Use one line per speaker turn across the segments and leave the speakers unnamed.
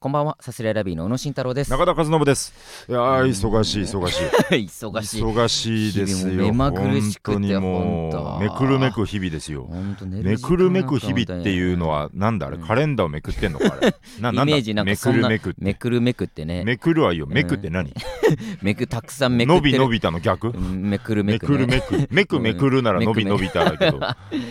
こんばんは、サスレラビーの小野慎太郎です。
中田和信です。いやー、
うん
忙しい、忙しい。
忙しい。
忙しいです
日々も目
よ。
まぐるしくて
本当にも
ほんと
う、めくるめく日々ですよ。
ほんと寝
め
時間
くるめく日
なんか
々
みた
っていうのは、なんだあれ、カレンダーをめくってんのか、あれ。な
イメージなんか
め
そ
く
ん
る
な
めくって。
めくるめくってね。
めくるはいいよ。めくって何
めくたくさんめく
伸
って
び
る。
伸びたの逆
うんめくる
め
めく、ね。
くるめく。めくめくるなら
うん
伸び伸びただけど、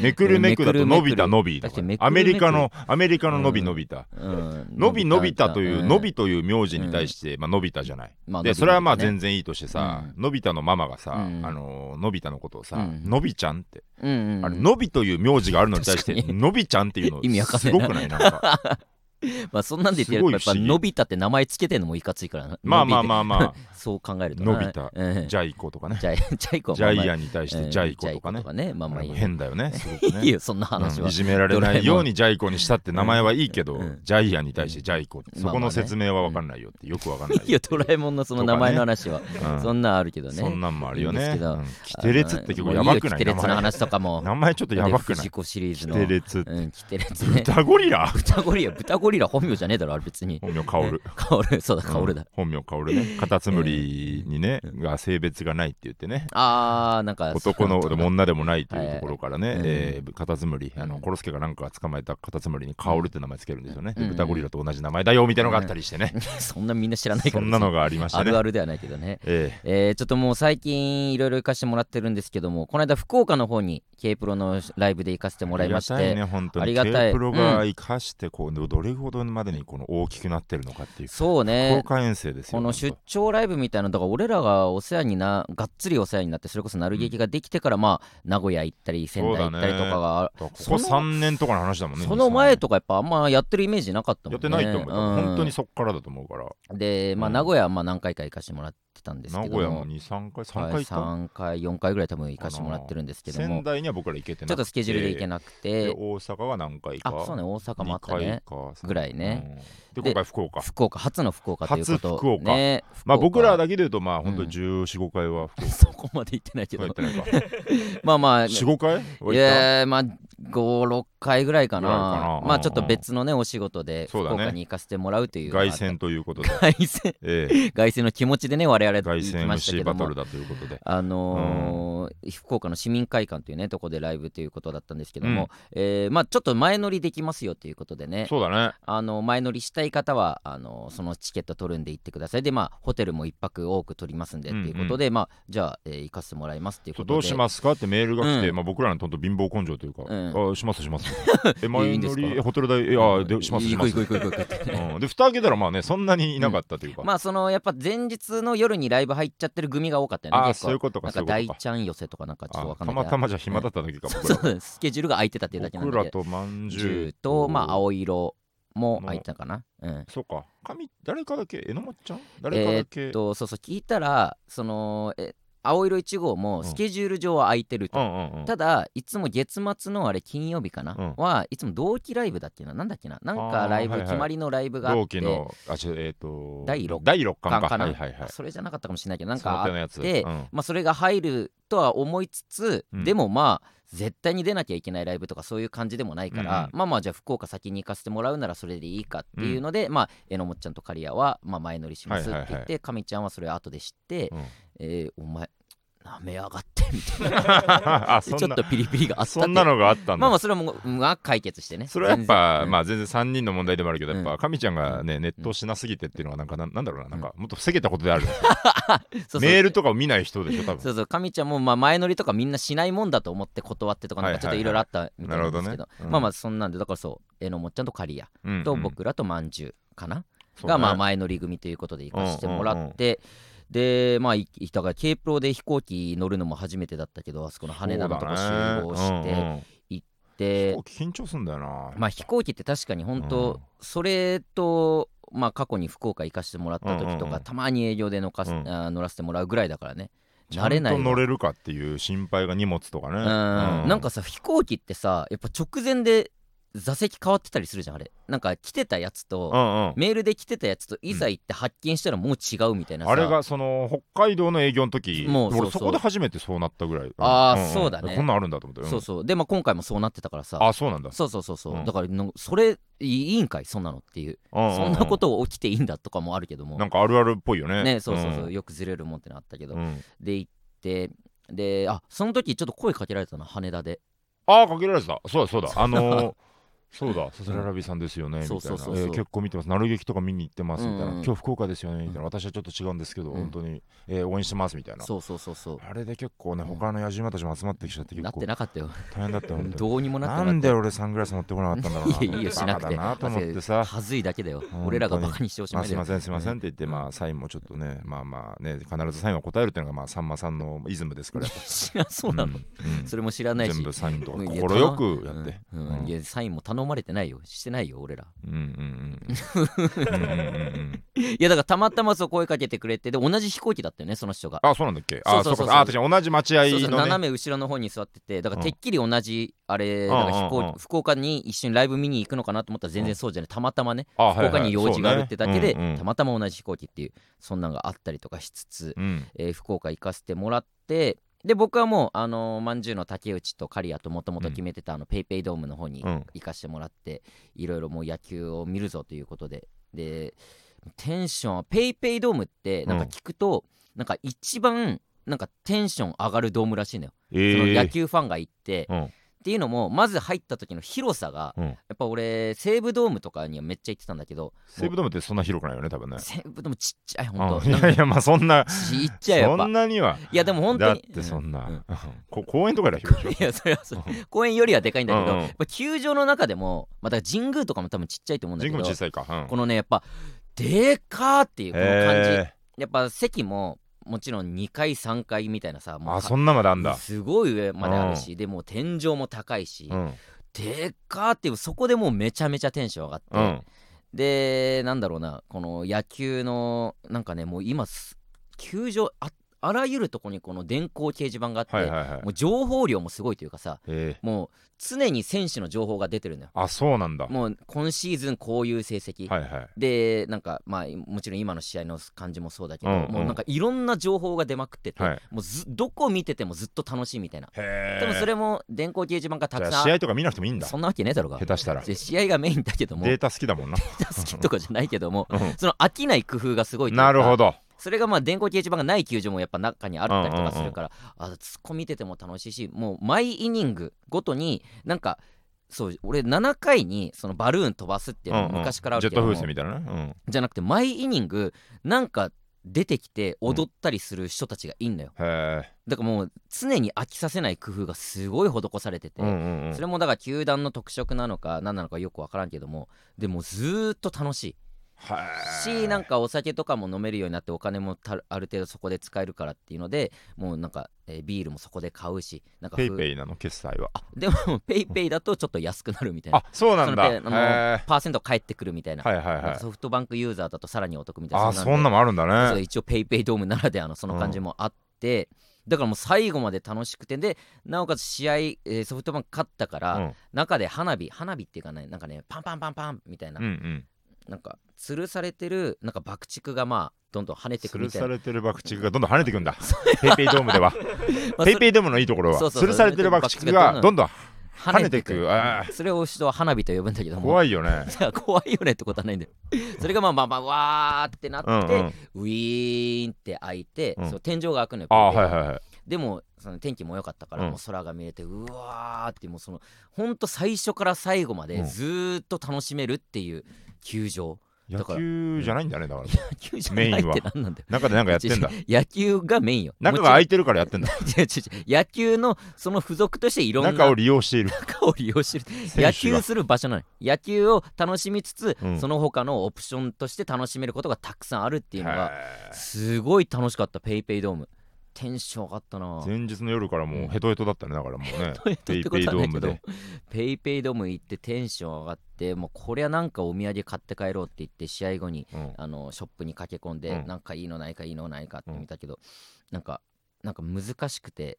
めくるめくだと伸びた伸びと
確か
か
にめく。るめく
アメリカの、アメリカの伸び伸びた。
うん
伸び伸びたという、伸
うん
びという名字に対して、まあ伸びたじゃない。
まあ
で
伸び伸びたね
それはまあ全然いいとしてさ、
う
のび太のママがさ、
うん
あのーのび太のことをさ、
うん
のびちゃんって、
うんうん
あれのびという名字があるのに対して
確かに
のびちゃんっていうの
意味わかんな
す
い
ごくな いなんか
まあそんなんで言って
すごい
やっ
不
ぱ
思議
のび太って名前つけてんのもいかついからな。
まあまあまあ
あ。
ま
そう考えると
のび太あジ
ゃ
ャイ子とかね
ジ ャイジャイコ
ジャイアンに対してジャイ子とかね、
まあまあいいよ。
変だよねすごくね
いいよそんな話
うん。
はい
じめられないようにジャイ子にしたって名前はいいけど、
うんうん
ジャイアンに対してジャイ子
うん
そこの説明はわかんないよってよくわかんない
いいよドラえもんのその名前の話は。
うん
そんなんあるけどね。
そんなんもあるよ
いいんです
ね
けど
うんキテレツって曲やばくない
もういいよキテレツの
名前
話とかも。
名前ちょっとやばくない
藤子シリー
キ
ズの。
テレツって
うん、キテレツ ね。
豚ゴリラ
豚ゴリラ、豚ゴリラ本名じゃねえだろ、あれ別に。
本名薫
カオル、そうだ、 カオルだ。
本名薫ねカタツムリにね、が性別がないって言ってね
あー、なんか、
男のでも女でもないと
はいいうはい
ところからね、
うん
えーカタツムリ、あ
う
の
ん
コロスケがなんか捕まえたカタツムリに薫って名前つけるんですよね、で
うん
豚ゴリラと同じ名前だよみたいなのがあったりしてね、
そんなみんな知らないか
そ
ら。
んなのがありま
別
し
にあ
たね
るあるではないけどね。
え
えー、ちょっともう最近いろいろ行かせてもらってるんですけどもこの間福岡の方に k プロのライブで行かせて
え
もらいまして
ありがたいね本当に
ありがたい
K プロが生かしてこうどれほどまでにこの大きくなってるのかっていう
そうね
公開遠征ですよ
この
本
出張ライブみたいなのだから俺らがお世話にながっつりお世話になってそれこそなる劇ができてからまあ名古屋行ったり仙台行ったりとかが
当だからここ
その
3年とかの話だもんね
その前と
か
かやっぱあんまやってるイメージなかったも
や
ん
っ
ね
てないと思う、
うん
本当にそっからだと思うから
でまあ
うん
名古屋はまあ何回か行かしてもらってたんです
名
けども
古屋も23回3回
は
行
い
った
3回4回ぐらい多分行かしてもらってるんですけども
仙台には僕ら行けてなく
ちょっとスケジュールで行け
な
なく
で
て
大阪は何回か
あそうね大阪もあ
2
った
回
ね
か
ぐらいね、
うん
で
で今回福岡
福岡初の福岡ということ
初福岡
ね
まあ僕ら
だ
だけで言うとまあ本当
うん
に1415回は福
そこまで行って ないけ
岡
ど
行ってないか
まあまあ
45回はい行っ
やーまあ56回ぐらいかな
ぐらいかな
ま
うんう
あ
ん
ちょっと別のねお仕事で福
そうだね
岡に行かせてもらうという
た凱旋ということ で
凱旋
ええ
凱旋の気持ちでね我々
凱
行き
旋
ましたけ
MC
ど
バトル
も
だということで
あのー福岡の市民会館というねとこでライブということだったんですけども、えーまあちょっと前乗りできますよということでね
そうだね
あの前乗りしたい方はあのそのチケット取るんで行ってくださいでまあホテルも一泊多く取りますんでっていうことで、まあじゃあ、えー行かせてもらいますっていうことで
どうしますかってメールが来て、
うん
まあ、僕らのとんと貧乏根性というか、
う
あしますします
い
え
い
前
んです
乗
か
りホテル代いやでしますします
行く行く行く行く行く
うん、で蓋開けたらまあねそんなにいなかったというか、
まあそのやっぱ前日の夜にライブ入っちゃってる組が多かったよね。
あー
結構
そういうことか
なん
そう
か
いう
大
ことか
ちゃん寄せとかなんかちょっとわか
あ
ん
た
ない
ま
ま
たまじゃ暇だっただけ か、
そ
僕ら
うそうスケジュールが空いてたっていうだけなん
僕
だ
ら
けど。
とまんじゅ
10
う
とまあ青色も空いてたかな。うん。
そうか神誰かだけえのまっちゃん誰か
え
だ
ー
け、
っとそうそう聞いたらそのえ青色1号もスケジュール上は空いてる
う
と。
んうんうん
ただいつも月末のあれ金曜日かな、
うん
はいつも同期ライブだっけななんだっけななんかライブ、
あーはいはい
決まりのライブがあ
同
って
期のあちょえっ、と
第六
第六巻
か
か
かな、
はいはいはい
それじゃなかったかもしれないけどなん
その
かあ
手のや
っ
つ、
て、
うん
まあ、それが入るとは思いつつ、
うん
でもまあ絶対に出なきゃいけないライブとかそういう感じでもないから、
うん
まあまあじゃあ福岡先に行かせてもらうならそれでいいかっていうので、まあえのもっちゃんと刈谷はまあ前乗りしますって言って、
はいはい
かみちゃんはそれ後で知って、
うん
えーお前なめやがってみたいな
あ
ち
そ
ょ
ん
っ
な
とピリピリがあったって
そんなのがあったんだ
まあまあそれはもう、まあ、解決してね
それはやっぱ
全然
まあ全然3人の問題でもあるけどやっ
う
ぱ神ちゃんがねネットをしなすぎてっていうのはなんかななんだろうななんかもっと防げたことである
うんそうそう
メールとかを見ない人でしょ多
そ
分
うそう、かみちゃんもまあ前乗りとかみんなしないもんだと思って断ってとか、なんかちょっといろいろあったみたいなんです
は
け
いはいはいなる
ど
ほどねう、ん
まあまあそんなんで、だからそう、えのもっちゃんと刈谷
うんうん
と僕らとまんじゅうかな、
そうね
がまあ前乗り組ということで行かせてもら
うんうん
って、で、まあ、いだから K プロで飛行機乗るのも初めてだったけど、あそこの羽田のとこ集合し
そうだ
て、
ねうんうん
で
飛行、機緊張すんだよな
まあ飛行機って確かに本
う
当
ん、
それと、まあ過去に福岡行かせてもらった時
うん
と
うんう
か、
ん
たまに営業で乗かす
うん
あー乗らせてもらうぐらいだからね、
ちゃ
慣
ん
れない
と
わ。
乗れるかっていう心配が荷物とかね
うんなんかさ飛行機ってさやっぱ直前で座席変わってたりするじゃんあれなんか来てたやつと、
うんうん
メールで来てたやつといざ行って発見したらもう違うみたいなさ、
あれがその北海道の営業の時
もうそうそう
俺そこで初めてそうなったぐらい
あー
んん
そうだね
こんなんあるんだと思ってうん
そうそうで、まあ、今回もそうなってたからさ
あそうなんだ
そうそうそうそう、
うん
だからのそれいいんかいそんなのっていう、そ
そ
んなこと起きていいんだとかもあるけども
なんかあるあるっぽいよね
ねそうそうそう、
ん
よくずれるもんってのあったけど、
うん
で行ってであその時ちょっと声かけられたの羽田で
ああかけられてたそうだそうだ あのーそうだ、さすらラビさんですよね、みたい
そう
な。
そうそうそう
えー結構見てます、なる劇とか見に行ってますみたいな、
うんうん
今日福岡ですよねみたいな、私はちょっと違うんですけど、
うん
本当に、えー応援してますみたいな。
そうそうそうそう
あれで結構ね、
うん
他の野獣馬たちも集まってきちゃって、結
なっ
構
てなかったよ
大変だったよ、本当に
どうにもなってなか
な
った
んで俺サングラス持ってこなかったんだろうな。
いやいいよしなくて
バカだなと思ってさ。
はずいだけだよ
当に
俺らがバカにしておし
ま
ま
あ、
い
す
だよ
いませんすいませんっ
うん
て言って、まあサインもちょっとねまあまあね必ずサインは答えるっていうのがまあさんまさんのイズムですから
知らそうなの
んうん
それも知らないし
全部サインとか
うんいや
快くやって
うんうん
うん
いやサインも頼まれてないよしてないよ俺ら
うんうんうんうんうんうん うん
いやだからたまたまそう声かけてくれてで同じ飛行機だったよねその人が
あそうなんだっけあ
そ
そうう
そうそう
かあ確かに同じ待合
そうそう
のね
斜め後ろの方に座っててだから
うん
てっきり同じあれ
ん
だから飛行
うんうん
福岡に一緒にライブ見に行くのかなと思ったら全然そうじゃないたまたまね
あはい
福
はい
岡に用事があるってだけで
そうねうんうん
たまたま同じ飛行機っていうそんなんがあったりとかしつつ
うん
えー福岡行かせてもらってで僕はもうあのーまんじゅうの竹内と刈谷ともともと決めてたあのペイペイドームの方に
うん
行かしてもらっていろいろもう野球を見るぞということででテンションはペイペイドームってなんか聞くと、なんか一番なんかテンション上がるドームらしいのよ、
え
その野
ー
球ファンが行って、
うん
っていうのもまず入った時の広さが、
うん
やっぱ俺西武ドームとかにはめっちゃ行ってたんだけど
西武ドームってそんな広くないよね多分ね
西武ドームちっちゃい
あ
本当
いやいやまあそんな
ちっちゃいやっ
そ
ぱ
んなにはい
やでも本当
だっ
に
てそん
うう
なこ公園とかよりは広いでしょ
いやそれはそう公園よりはでかいんだけど、
うんうん
やっぱ球場の中でも、まあ、だから神宮とかも多分ちっちゃいと思うんだ
人
け
口
ど
も小さいかうん
このねやっぱでかーっていうこの感じ、
へ
やっぱ席ももちろん2階3階みたいなさ
ー
もう
あ
か
そんなまであんだ
すごい上まであるし、でもう天井も高いし、
うん
でかーっていうそこでもうめちゃめちゃテンション上がって、
うん
でなんだろうなこの野球のなんかねもう今す球場ああらゆるとこにこの電光掲示板があって、
はいはいはい
もう情報量もすごいというかさ
え
もう常に選手の情報が出てるのよ。
ーあそうなんだは
もう今シーズンこういう成績、
いはい
でなんかまあもちろん今の試合の感じもそうだけど、
うんうん
もうなんかいろんな情報が出まくってて、
はい
もうずどこ見ててもずっと楽しいみたいな。
へえ
でもそれも電光掲示板がたく
じゃ
さ
あ
ん
試
あ
合とか見なくてもいいんだ
そんなわけねえだろうが
下手したら
で試合がメインだけども
データ好きだも んな
好きとかじゃないけども
う
その飽きない工夫がすごいという
ん
か
なるほど
それがまあ電光掲示板がない球場もやっぱ中にあったりとかするから、あそこ見てても楽しいしもう毎イニングごとになんかそう俺7回にそのバルーン飛ばすっていうの
うんう
も
ん
昔からあ
ジ
る
ェッ
けど
ト
も、
風船みたいなねうん
じゃなくて毎イニングなんか出てきて踊ったりする人たちがいんのよ、
へ
だからもう常に飽きさせない工夫がすごい施されてて、
えうんうんうん
それもだから球団の特色なのか何なのかよく分からんけどもでもずーっと楽しい
はい
しなんかお酒とかも飲めるようになってお金もたある程度そこで使えるからっていうのでもうなんか、えービールもそこで買うしなんかふ
ペイペイなの決済は
あでもペイペイだとちょっと安くなるみたいな
あそうなんだ
そ
へ
の
え
ペイあのパーセント返ってくるみたいな,、
はいはい
なん
は
か
い
ソフトバンクユーザーだとさらにお得みたいな
あ
で
そんなもあるんだ
そう
ね
一応ペイペイドームならではのその感じもあって、だからもう最後まで楽しくてでなおかつ試合、えーソフトバンク勝ったから、
うん
中で花火花火っていうかねなんかねパンパンパンパンみたいな、
うんうん
なんか吊るされてるなんか爆竹がまあどんどん跳ねてく
吊
る
る
みたいな
されてる爆竹がどんどん跳ねてく んだペイペイドームでは
まあ
ペイペイドームのいいところは
そうそうそう
吊るされてる爆竹がどんどん
それ
跳ねてくあ
それを人は花火と呼ぶんだけど
ー
も
怖いよね
いや 怖いよねってことはないんだよそれがまあまあまあわーってなって、
うんうん
ウィーンって開いて、
うん
その天井が開くのよ
あーはいはいはい
でもその天気も良かったから、
うん
もう空が見えてうわーってもうそのほんと最初から最後まで
うん
ずーっと楽しめるっていう球場、 だ
野
から
球じゃないんだねだから
球場ないって何なんだよ
中でなんかやって んだ
野球がメインよも
中が
ちろん
空いてるからやってんだ
違う違う違う野球のその付属としていろんな
中を利用 している
中を利用してる
選
野
手が
球する場所なの野球を楽しみつつ、
うん
その他のオプションとして楽しめることがたくさんあるっていうのが
へー
すごい楽しかったペイペイドームテンション上がったな
前日の夜からもうヘトヘトだったねだからもうね
トイレ
ペ
っ
イ
て
ペ
こ
イ
とはない
ドー
け
ム
ど
で
ペイペイドーム行ってテンション上がってもうこりゃなんかお土産買って帰ろうって言って試合後に
うん
あのショップに駆け込んで、
うん
なんかいいのないかいいのないかって見たけど、なんかなんか難しくて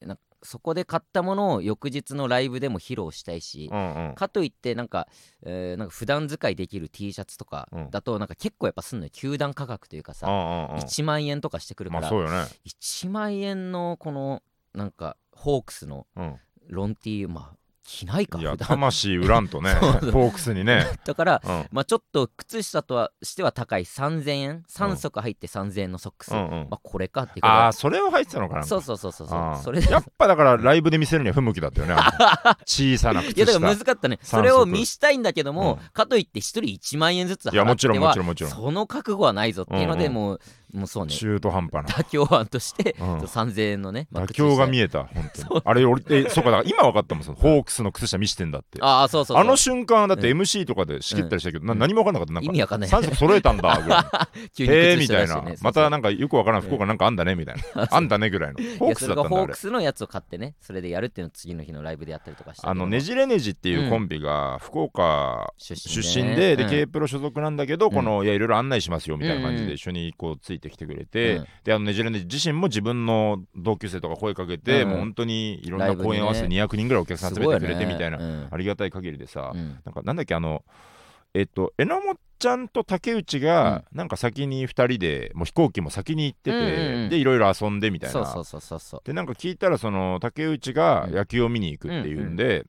なんかそこで買ったものを翌日のライブでも披露したいし、
うんうん
かといってなんか,、えーなんか普段使いできる T シャツとか
うん
だとなんか結構やっぱすんのよ球団価格というか
う
さ、
んうんうん
1万円とかしてくるか
まあ
ら、
そうよね
1万円のこのなんかホークスの
う
ロン T まあ着ないか
んい
普
や
段
魂売らんとね フ
そう
ォークスに ね
だから
うん
まあちょっと靴下とはしては高い3000円3足入って3000円のソックス、
うんうん
まあこれかっていうことで
ああそれを入ってたのかな
そうそうそうそうそう
あー
それで
やっぱだからライブで見せるには不向きだったよね あの小さな靴
いやだ
下
から難かったね
三足
それを見したいんだけども、
う
かといって一人1万円ずつ払って
いや
は
もちろんもちろんもちろん
その覚悟はないぞっていうので、
うんうん
もうもうそうね
中途半端な
妥協案として、
うん
3000円のね、まあ
妥協が見
え
えた本当にあれ俺えそうかだから今分かったもんそのホークスの靴下見してんだって
ああそうそうそう
あの瞬間だって
う
MC とかで仕切ったりしたけど、な
うん
何も分かんなかったなんか
意味わかんない
三足揃えたんだぐらいの
急に
へえ
靴
み
下
た
出
い
して
な
ね
またなんんかよく分からん
うん
福岡なんかあんだね みたいなあんだねぐらいのホークスだったんだ
ホ
あ
ー
れ
クスのやつを買ってねそれでやるっていうのを次の日のライブでやったりとかして
あのねじれねじっていうコンビが福岡
出
出
身
身
ね
で、で
うん
K プロ所属なんだけど、
ん
このいやいろいろ案内しますよみたいな感
う
じ
んうん
で一緒にこうついてきてくれて、
うん
であのねじれねじ自身も自分の同級生とか声かけて、
うん
もう本当にいろん
ライ
な
ブにね
公演合わせて200人ぐらいお客さん集めてくれてみたいな、
すごよね
ありがたい限りでさ、
うんうん
なんかなんだっけあのえっと榎本ちゃんと竹内が、なんか先に2人でもう飛行機も先に行ってて、
うんうんうん
でいろいろ遊んでみたいな
そうそうそうそうそう
でなんか聞いたらその竹内が野球を見に行くっていうんで、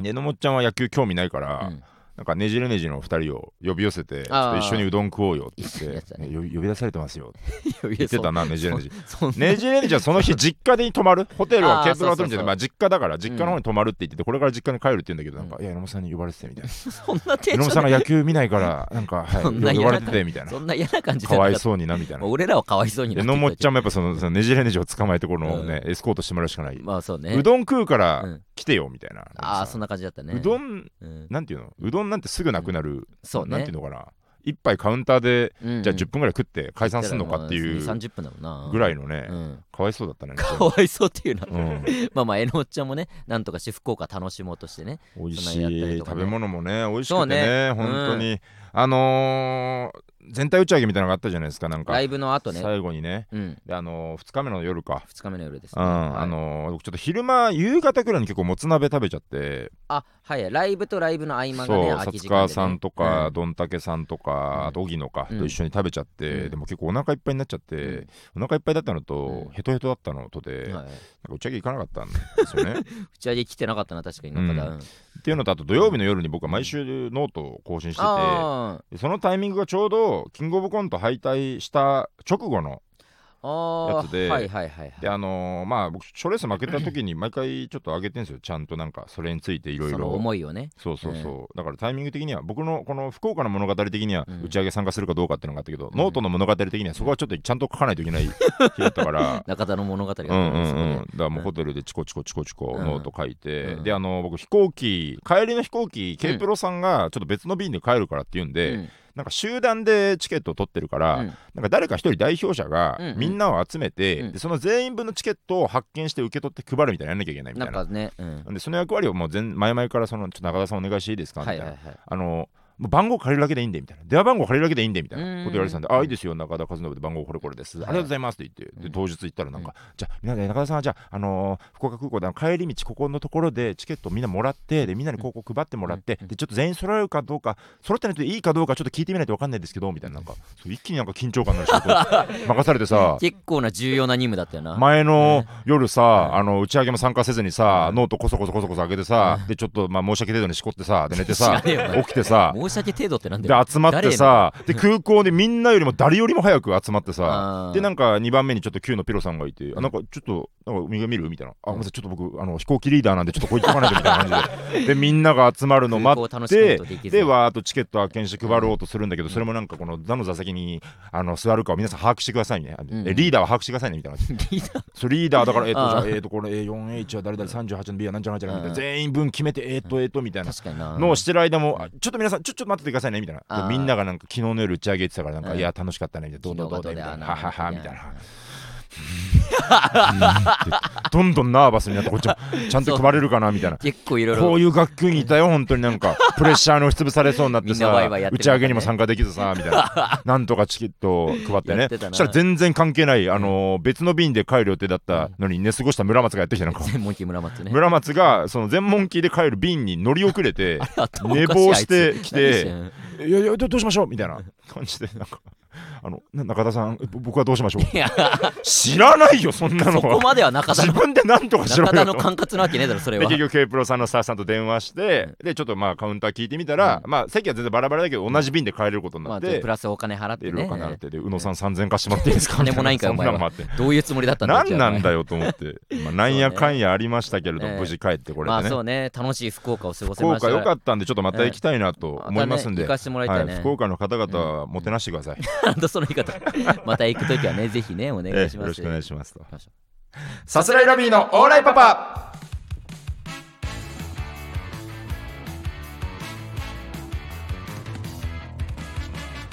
で榎本ちゃんは野球興味ないから、
うん
なんかねじれねじの2人を呼び寄せて、ちょっ
あー
と一緒にうどん食おうよって言
い
っ
いやつ
て、
だね
ね呼び呼び出されてますよって
いやい
言
や
ってたな、ねじ
そ
れ
ん
ねじ。
そんな
ねじれねじはその日、実家で泊まる、ホテル
あ
は
ー
ケープロを取るんじ
そうそうそ
ゃ
う
まあ実家だから、実家の方に泊まるって言ってて、これから実家に帰るって言うんだけど、なんか、いや、榎本さんに呼ばれててみたいな。
そんなテン
榎
シ
本
ョ
さ
ン
んが野球見な いから、なんか、はい、
そ
呼
んな嫌
ば
な
れててみたいな
そ。んな嫌な感じ
か
で
わいそうになみたいな。
俺らはかわいそうになって
榎
る
本ちゃんもやっぱそのそのねじれねじを捕まえて、このね、
う
エスコートしてもらうしかない。
まあそうね
うどん食うか
う
ら
ん
来てよみたいな。
ああそん
な
な感じだったね
んかさうどん、
うん
なんていうのうどんなんてすぐなくなる
そう
なんてい
ね
うのかな一杯カウンターでじ
じ
ゃあ10分ぐらい食って解散するのかっていう
30分だもんな
ぐらいのね
うん
かわいそうだったね
かわい そうっていうな
うん
まあまあ、えのおっちゃんもね、なんとかして福岡楽しもうとしてね。
美味
そんなやった
し
り
い
とか
食
ね
べ物もね美味し
そ
く
う
て
ね
ね
うん
本当にあのー全体打ち上げみたいなのがあったじゃないですかなんか
ライブの後ね、
最後にね
うん、
であの2日目の夜か
2日目の夜です、
う
ね。
ん
はい
あ、のー僕ちょっと昼間夕方ぐらいに結構もつ鍋食べちゃって
あ、はい、ライブとライブの合間が
そう
ね、空
薩
き時間
川
でね
さんとか、どんたけさんとか、
うん
あと荻野か
うん
と一緒に食べちゃって、
うん
でも結構お腹いっぱいになっちゃって、お腹いっぱいだったのと、
うん
ヘトヘトだったのとで、
う
な
んは
んか
い
打ち上げ行かなかったんです よね。
打ち上げ来てなかったな、確かに。なんかだ
うん
うん
っていうのとあと土曜日の夜に僕は毎週ノートを更新してて、
あー
でそのタイミングがちょうどキングオブコント敗退した直後の
あ
やつ
ー、
で
はいはいはいはい。
であのーまあ僕賞レース負けた時に毎回ちょっと上げてんですよちゃんとなんかそれについていろい
その
ろ。
思いをね。
そうそうそう、だからタイミング的には僕のこの福岡の物語的には
うん
打ち上げ参加するかどうかっていうのがあったけど、
ん
ノートの物語的にはそこはちょっとちゃんと書かないといけない日だっ たから。
中田の物語が、
う
ね
んうん
そこ
うん、だ
で
からもうホテルでチコチコチコチコ
うん
ノート書いて、
うん
であの僕飛行機帰りの飛行機 K プロさんがちょっと別の便で帰るからって言うんで、
うん
なんか集団でチケットを取ってるから、
うん
なんか誰か一人代表者が
うんうん
みんなを集めて、
うん
でその全員分のチケットを発見して受け取って配るみたいなのやんなきゃいけないみた
ないん
な
かね、うん。
なんでその役割をもう前前々からそのちょっと中田さんお願いしていいですかみた
はいい
な、
はいはい。
あのもう番号借りるだけでいいんでみたいな電話番号借りるだけでいいんでみたい
う
な
ん
こと言われてたんで「あいいですよ中田和信で番号これこれです、
はい
ありがとうございます」って言って
う
で
ん
当日行ったらなんか「じゃあ皆さん中田さんはじゃあ、あのー福岡空港であの帰り道ここのところでチケットみんなもらってでみんなに広告配ってもらって、
うん
でちょっと全員揃えるかどうか揃ってないといいかどうかちょっと聞いてみないと分かんないですけど」みたいななんかそう一気になんか緊張感のある仕事を任されて さ。
結構な重要な任務だったよな。
前の夜さ、
うん
あの打ち上げも参加せずにさ、
うん
ノートこそこそこそこそ上げてさ、
うん
でちょっとまあ申し訳程度にしこってさで寝てさ
知らねえよお前
起きてさ
申し訳程度ってなんだ
で
よ。
集まってさで空港でみんなよりも誰よりも早く集まってさ でなんんか2番目にちょっと Q のピロさんがいて、
ん
あなんかちょっとなんか海が見るみたいな、あごめんなさいちょっと僕あの飛行機リーダーなんでちょっとこう言っとかないとみたいな感じ ででみんなが集まるの待
空港を
っ
楽しむ
て
ことできず
でわーっとチケット発見して配ろうとするんだけど、それもなんかこの座の座席にあの座るかを皆さん把握してくださいね、あ
ん
えリーダーは把握してくださいねみたいな感じで
リーダー
そうリーダーだから、え
あ
っ、と、
あ
じゃあ、えっ、と、これ、えー 4H は誰々、38の B はなんちゃらなんちゃらみた
うん
いな、全員分決めて、えっ、と、えっ、と、みたいな
確かにな。
のをしてる間も、あちょっと皆さん、ちょ、ちょっと待っててくださいね、みたい
ああ
な。みんながなんか、昨日の夜打ち上げ行ってたから、なん
う
か、
ん
いや、楽しかったね、みたいな、どうだどうだ、み
昨日がど
たい
うだ
な、
よ
ははは、みたい
あ
な。どんどんナーバスになってこっちもちゃんと配れるかなみたいな
結構いろい
こ
ろ
ういう学級にいたよ本当になんかプレッシャーに押しつぶされそうになって
みんなワイワ
さ
イやって
打
る
ち上げにも参加できずさみたいななんとかチケットを配って
や
ね
ってたな
そしたら全然関係ないあのー別の便で帰る予定だったのに寝過ごした村松がやってきてなん か
全問記村松ね
村松がその全問キーで帰る便に乗り遅れて
頭おかしい
寝坊して
あいつ
き
何
て
してん
「いやいやどどうしましょう」みたいな 感じでなんか。あのな中田さんぼ僕はどうしましょう
いや
知らないよそんなの
そこ
は
までは中田
自
の
分で何とかしろよ
中田
と
の管轄なわけねえだろそれ
で
は
結局 K プロさんのスタッフさんと電話して、でちょっとまあカウンター聞いてみたら、まあ席は全然バラバラだけど同じ便で帰れることに
ま
なっ
あ
て、
プラスお金払っ
で
て
いろい
ね
ろ考えてで宇野さん3000円貸してもらっていいですか
金もないんかよ
みたなそんなのもあって
どういうつもりだったんだ
何なん
よ
だよと思って、まあ、なんやかんやありましたけれど、
ええ
無事帰ってこれ
ま
て
あ
ね、
そうね楽しい福岡を過ごせ
福
ました
岡良か
っ
ったんでちょっとまた行きたいなと思いますんで、
行かせてもらいたい
はい
ね
福岡の方々はもてなしてください、
なんだその言い方また行くときはねぜひねお願
え
い
え
し
よ
ま
ろ
す
しくお願いしますと
行きましょ
さすらいラビーのオーライパパ
う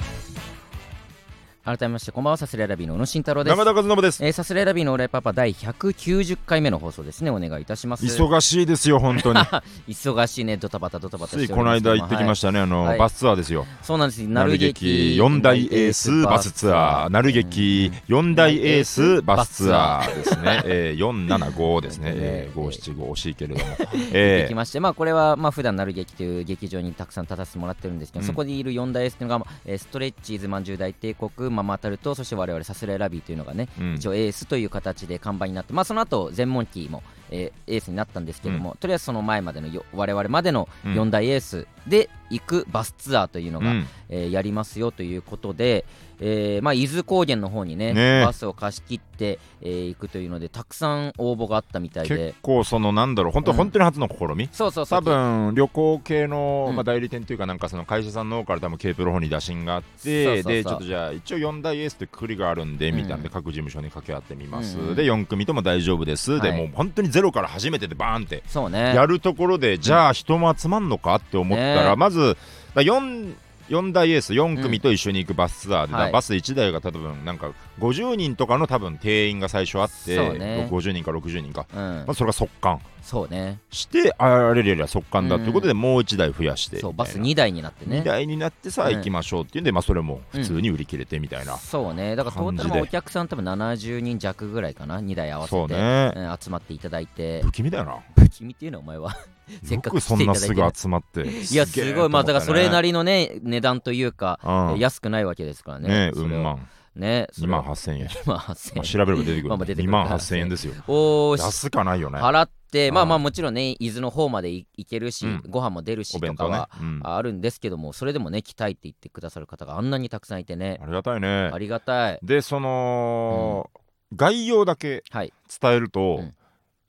改めましてこんばんはサスレラビーの宇野慎太郎です
山田和信です
えーサスレラビーのオーライパパ第190回目の放送ですねお願いいたします
忙しいですよ本 当に
忙しいねドタバタドタバタ
ついこの間行ってきま
し
したね、あの
はい
バスツアーですよ
たそうなんですな
な
る
る
劇
劇4大エースバスツアー、なる劇4大エースバスツアーですね、 えー、475ですね、えー、575惜しいけれども、
で
え
き
ー
まして、まあ、これはまあ普段なる劇という劇場にたくさん立たせてもらってるんですけど、
うん
そこにいる4大エースというのが、えーストレッチーズまんじゅう大帝国ママタルトそして我々さすらいラビーというのがね、
うん
一応エースという形で看板になって、まあ、その後全問キーも、えーエースになったんですけども、とりあえずその前までのよ我々までの
うん
4大エースで行くバスツアーというの
う
が、
ん、
えーやりますよということで、えーまあ、伊豆高原の方にね
ねえ
バスを貸し切って、えー行くというのでたくさん応募があったみたい
結
で。
構そのなんだろう本当、
うん
本当に初の試み
そうそうそう
多分旅行系の、
うん
まあ、代理店というかなんかその会社さんの方から多分 K プロ方に打診があって
そうそうそう
でちょっとじゃあ一応4大エースってくくりがあるんでみたいなんで、
うん
各事務所に掛け合ってみます、
うん
で4組とも大丈夫です、で
はい
もう本当にゼロから初めてでバーンって
そうね
やるところでじゃあ人も集まんのかって思ったら、
ね
まずだ 4, 4大エース4組と一緒に行くバスツアーで、
うん
だ
はい
バス1台が多分なんか50人とかの多分定員が最初あって、
そうね
50人か60人か、
うん
まずそれが速乾
そうね
してあれれりゃ速乾だということで、もう1台増やして
そう
み
バ
たい
ス
な
2台になってね
2台になってさあ
うん
行きましょうっていうんで、まあ、それも普通に売り切れてみたいな、
そうねだからトータル
感じで
もお客さん多分70人弱ぐらいかな2台合わせて
そうね
うん集まっていただい て
不気味だよな
不気味っていうのはお前はせっ
よ
か
く
く
そ
来
ん
ていた
な
だいて
す
ね
ぐ集まって
いや
げえ
すごいまあだからそれな
り
りのね値段というか
うん
え安くないわけですからね
ねう
それ
ん
は
まん
ね
2万8000円
2万8000
まあ、
円
調べれば出てくる、
まあまあ出てく
2
る
万8000円ですよ。
おーし
安かないよね。
払って
うん
まあまあもちろんね伊豆の方までい行けるし
うん
ご飯も出る
お
し
弁
とか
当ね
は。
うんあ
あるんですけどもそれでもね来たいって言ってくださる方があんなにたくさんいてね
りがたいね
あ。りがたい
で、その、概要だけ
はい
伝えると、
うん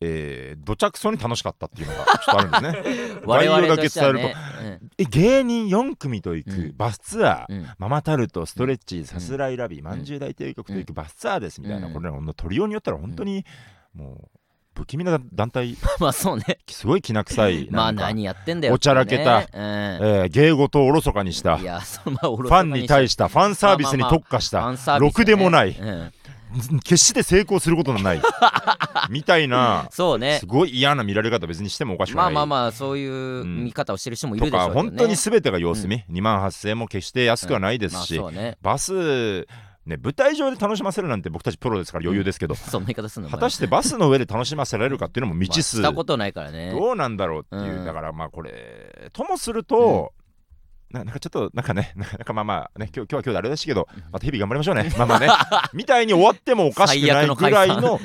えー、どちゃくそに楽しかったっていうのがちょっとあるんですね。
我々
概要だ
と
け
しては
伝える
ね
とえ芸人4組と行
う
く
ん
バスツアー。
うんうん
ママタルト、ストレッチー、
うん
さすらいラビー、まんじゅう大帝国と行くバスツアーですみたいな、
うん
これらのトリオによったら本当にもう不気味な団体、
まあそうね
すごいきな臭い、
まあ
なんか、
何やってんだよ
おちゃらけた
ってねうん
えー、芸事をおろそかにした
い、やそのまあお
フ
ろ
ァンに対
し
したファンサービスに特化した、
た
ろくでもない
うん
決して成功することの ないみたいな
そうね
すごい嫌な見られ方別にしてもおかしく
ま
な
あ
い。
まあまあそういう
うん
見方をしてる人もいるで
と
しょう
か
けどね
本当に全てが様子見、2万8000円も決して安くはないですし、
まあそうね
バス、ね、舞台上で楽しませるなんて僕たちプロですから余裕ですけど、
そんな言い方するの
果た
し
してバスの上で楽しませられるかっていうのも未知数、
したことないからね
どうなんだろうっていう、
うん
だからまあこれともすると、ななんかちょっとなんかねななんかまあまあね今日今日は今日であれですけどまた日々頑張りましょうねまあまあ ねみたいに終わってもおかしくないぐらいの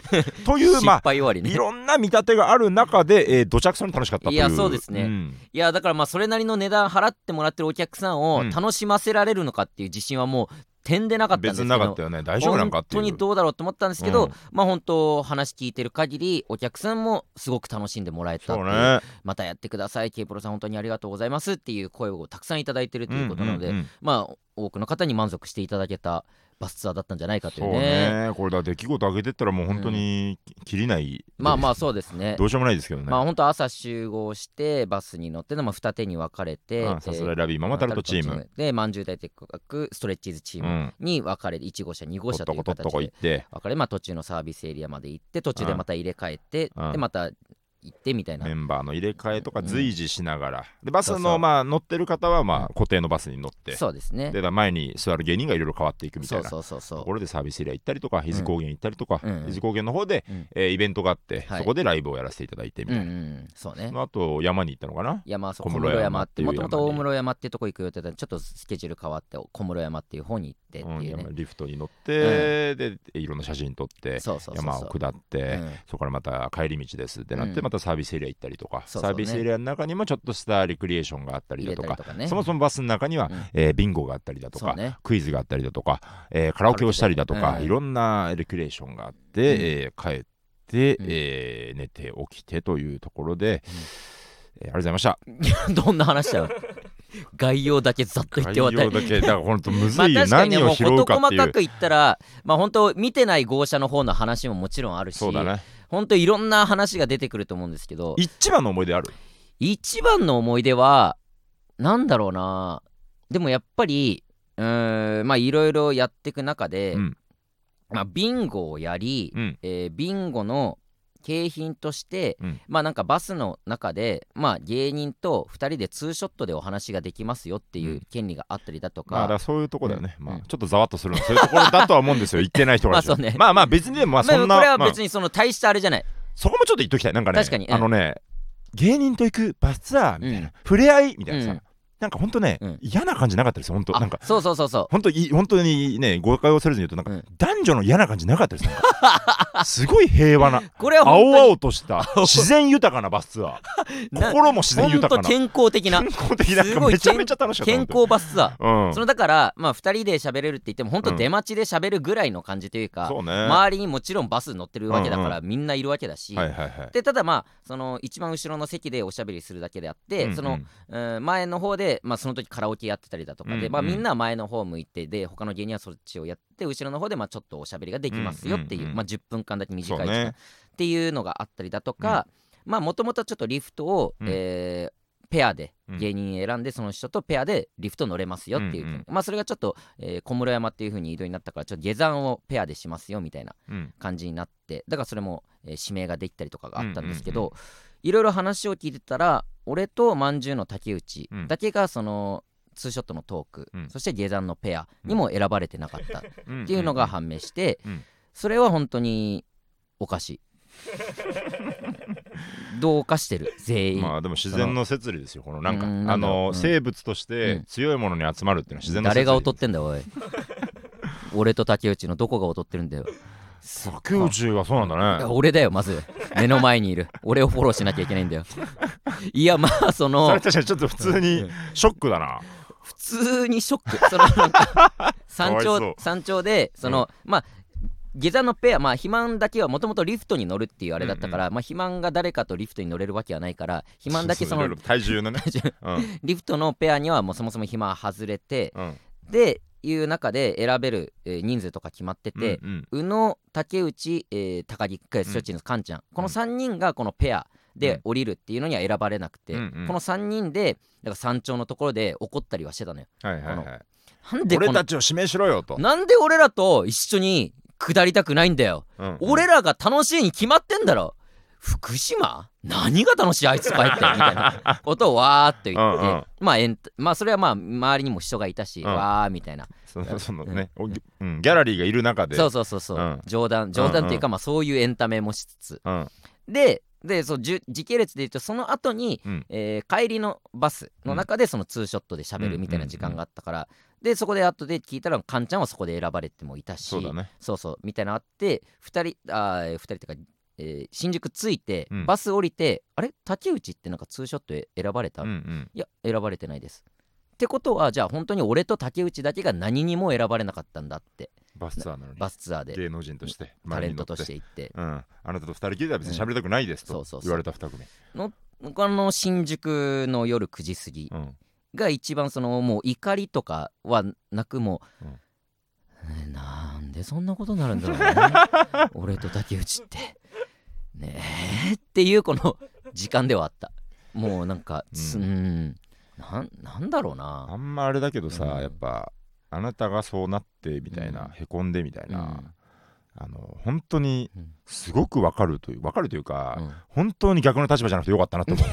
という
失
まあ
敗終わり
い
ね
ろんな見立てがある中で、えー、どちゃくそに楽しかったという。
いやそうですね
ん
いやだからまあそれなりの値段払ってもらってるお客さんを
うん
楽しませられるのかっていう自信はもう点でなかったんですけ
別に
ど
なかったよね。大丈夫なんかっ
本
て
当
いう。
にどうだろうと思ったんですけど、
うん
まあ本当話聞いてる限りお客さんもすごく楽しんでもらえたっ
そ
ていうう
ね。
またやってください K プロさん本当にありがとうございますっていう声をたくさんいただいてるということなので、
うんうんうん
まあ多くの方に満足していただけたバスツアーだったんじゃないかとい
そうう
ね
ねこれだ出来事上げてったらもう本当に切りない、
まあまあそうですね
どうしようもないですけどね
まあ本当朝集合してバスに乗ってのまあ二手に分かれて
うん
で
さすらいラビーママタルトチーム
でまんじゅう大帝国ストレッチーズチー
う
ム
ん
に分かれて1号車2
と
号
っ
車と
と
い
こ
う
とっと
形
こ
で
行って
分かれまあ途中のサービスエリアまで行って途中でまた入れ替えて
うん
でまた行ってみたいな
メンバーの入れ替えとか
うん
随時しながら、でバス
そうそう
のまあ乗ってる方はまあ固定のバスに乗って
そうですね
でだから前に座る芸人がいろいろ変わっていくみた
そ
いうな
そうそうそ
と
う
ころでサービスエリア行ったりとか伊豆高原行ったりとか、
うん
伊豆高原の方で、
うん
えーイベントがあって、
はい
そこでライブをやらせていただいてみ
う
た
ん
い
うん
な、
うんそうね
そのあと山に行ったのかな
山そう
小
小
室
室
山
山って
っていう
もともと
山に
大室山ってとこ行く予定だったのにちょっとスケジュール変わって小室山っていう方に行ってっていう
うん
ね
山リフトに乗って、でいろんな写真撮って
そうそうそうそう
山を下って、
うん
そこからまた帰り道ですってなっ
う
て、
ん
またサービスエリア行ったりとか
そうそうね
サービスエリアの中にもちょっとしたレクリエーションがあったり
入
だ
れた
とか
りとかね
そもそもバスの中には、
うん
えービンゴがあったりだと
そ
か、
うね
クイズがあったりだとか、えーカラオケをしたりだと
カラオ
か、
ケとかうん
いろんなレクリエーションがあって、えー帰って、えー寝て起きてというところで、えーありがとうございました。
どんな話だよ。概要だけざっと言って終わ
概
った
要
り。
だけ、だから本当む
まあ
ずいよ、
確かにね、
何
も
を
う
拾
事
うかって
細
い
か
う。
く言ったら、まあ本当見てない号車の方の話ももちろんあるし、
そうだね。
本当いろんな話が出てくると思うんですけど、
一番の思い出ある。
一番の思い出は、なんだろうな、でもやっぱり、うーんまあいろいろやっていく中で、
うん
まあ、ビンゴをやり、
うん。
えービンゴの景品として、
うん
まあなんかバスの中で、まあ、芸人と2人でツーショットでお話ができますよっていう権利があったりだと
まあ、
か、
だからそういうとこだよね。
うん
まあ
うん、
ちょっとざわっとするの、そういうところだとは思うんで すよ。言ってない人からしたら
まあそうね
まあまあ、別にでも、まあ、
まあ
そんな。
これは
まあ
別にその大したあれじゃない、
そこもちょっと言っときたい。なんかね、
確かにうん
あのね、芸人と行くバスツアーみたいな、
うん
触れ合いみたいなさ、
うん
なんか本当ね、
うん
嫌な感じなかったですよ、本当
あ
なんか。
そうそうそうそう
本当い本当にね誤解をされずに言うとなんか、
う
男女の嫌な感じなかっ たですなんかすごい平和な
これは
青
本当に
々とした自然豊かなバスツアー
な
心も自然
ほん
豊
と
かな
健康的 な
健康的な
すごい
めちゃめちゃ楽しかった
健
本
康バスツアー、
当にうん
そ
そ
のだからまあ2人で喋れるって言っても本
う
当
ん
出待ちで喋るぐらいの感じというか、
うね、
周りにもちろんバス乗ってるわけだから、
う
みんないるわけだし、
はいはいはい
でただまあその一番後ろの席でおしゃべりするだけであって、
うん
その
うん
うん前の方で、まあ、その時カラオケやってたりだとかで、
うんうん
まあ、みんなは前の方向いてで他の芸人はそっちをやって後ろの方で、まあ、ちょっとおしゃべりができますよっていう、
うんうんうん
まあ、10分間だけ短い
そう
時間っ
ね
ていうのがあったりだとかまあもともとちょっとリフトを、
うん
えーペアで
うん
芸人選んでその人とペアでリフト乗れますよっていう、
うんうん
まあそれがちょっと、えー小室山っていう風に移動になったからちょっと下山をペアでしますよみたいな
うん
感じになってだからそれも、えー指名ができたりとかがあったんですけど、
うんう
いろいろ話を聞いてたら俺とまんじゅうの竹内
うん
だけがその、ツーショットのトーク、
うん
そして下山のペアにも選ばれてなかったっ
ん
ていうのが判明して、
うんうん
それは本当におかし い。どうかしてる全員、
まあでも自然の摂理ですよこのなんか、
うん
あ
なんだろうう
の
ん
生物として
うん
強いものに集まるっていうのは自然の摂理
誰が劣ってんだよおい俺と竹内のどこが劣ってるんだよ
竹内はそうなん
い
だ
や
ね
俺だよまず目の前にいる俺をフォローしなきゃいけない んだよいやまあそ
そ
の
れ確かにちょっと普通にショックだな
普通にショックそのなんか山
かわ
頂
いそう
山頂でその、まあ下山のペアまあ肥満だけはもともとリフトに乗るっていうあれだったから、まあ肥満が誰かとリフトに乗れるわけはないから肥満だけそ
いろ
の
いろ体重 のねうん
リフトのペアにはもうそもそも肥満外れて
うん
でいう中で選べる、えー人数とか決まってて、
うんう
宇
ん
野竹内、えー高木かそっちのカンちゃん、この3人がこのペア
うん
で降りるっていうのには選ばれなくて、
うんうん
この3人でだから山頂のところで怒ったりはしてたのよ
はいはいはい
なんでこ
俺
の
たちを指名しろよと
なんで俺らと一緒に下りたくないんだよ、
うん
俺らが楽しいに決まってんだろ福島何が楽しいあいつ帰ってみたいなことをわーって言って、
うんうん
まあエンタまあそれはまあ周りにも人がいたし、
うん
わーみたいな
そのそのねおぎうんギャラリーがいる中で
そうそうそうそう、
うん
冗談冗談っていうか、まあそういうエンタメもしつつ、
うん
ででそうじゅ時系列で言うとその後に、
うん
えー帰りのバスの中でそのツーショットで喋るみたいな時間があったから、でそこで後で聞いたらカンちゃんはそこで選ばれてもいたし
そうだね
そうそうみたいなのあって2人あ2人っていうか、えー新宿着いて、
うん
バス降りてあれ竹内ってなんかツーショットえ選ばれた、
うん
い
うん
や選ばれてないです。ってことはじゃあ本当に俺と竹内だけが何にも選ばれなかったんだって
バスツアーなのに
バスツアーで
芸能人として
タレン
前に乗
ト
って
として行って
うんあなたと二人きりでは別に喋りたくないで
う
す
んそ
と
うそうそう
言われた二組
のこの新宿の夜9時過ぎ
うん
が一番そのもう怒りとかはなくもう、ねなんでそんなことになるんだろう ね俺と竹内ってねえっていうこの時間ではあったもうなんかつ、う
うんん
なんなんだろう
あ
なん
まあれだけどさ、
うん
やっぱあなたがそうなってみたいな、
うん
へこんでみたいな、あの本当に
うん
すごくわかるというわかるというか、
うん
本当に逆の立場じゃなくてよかったなと 思う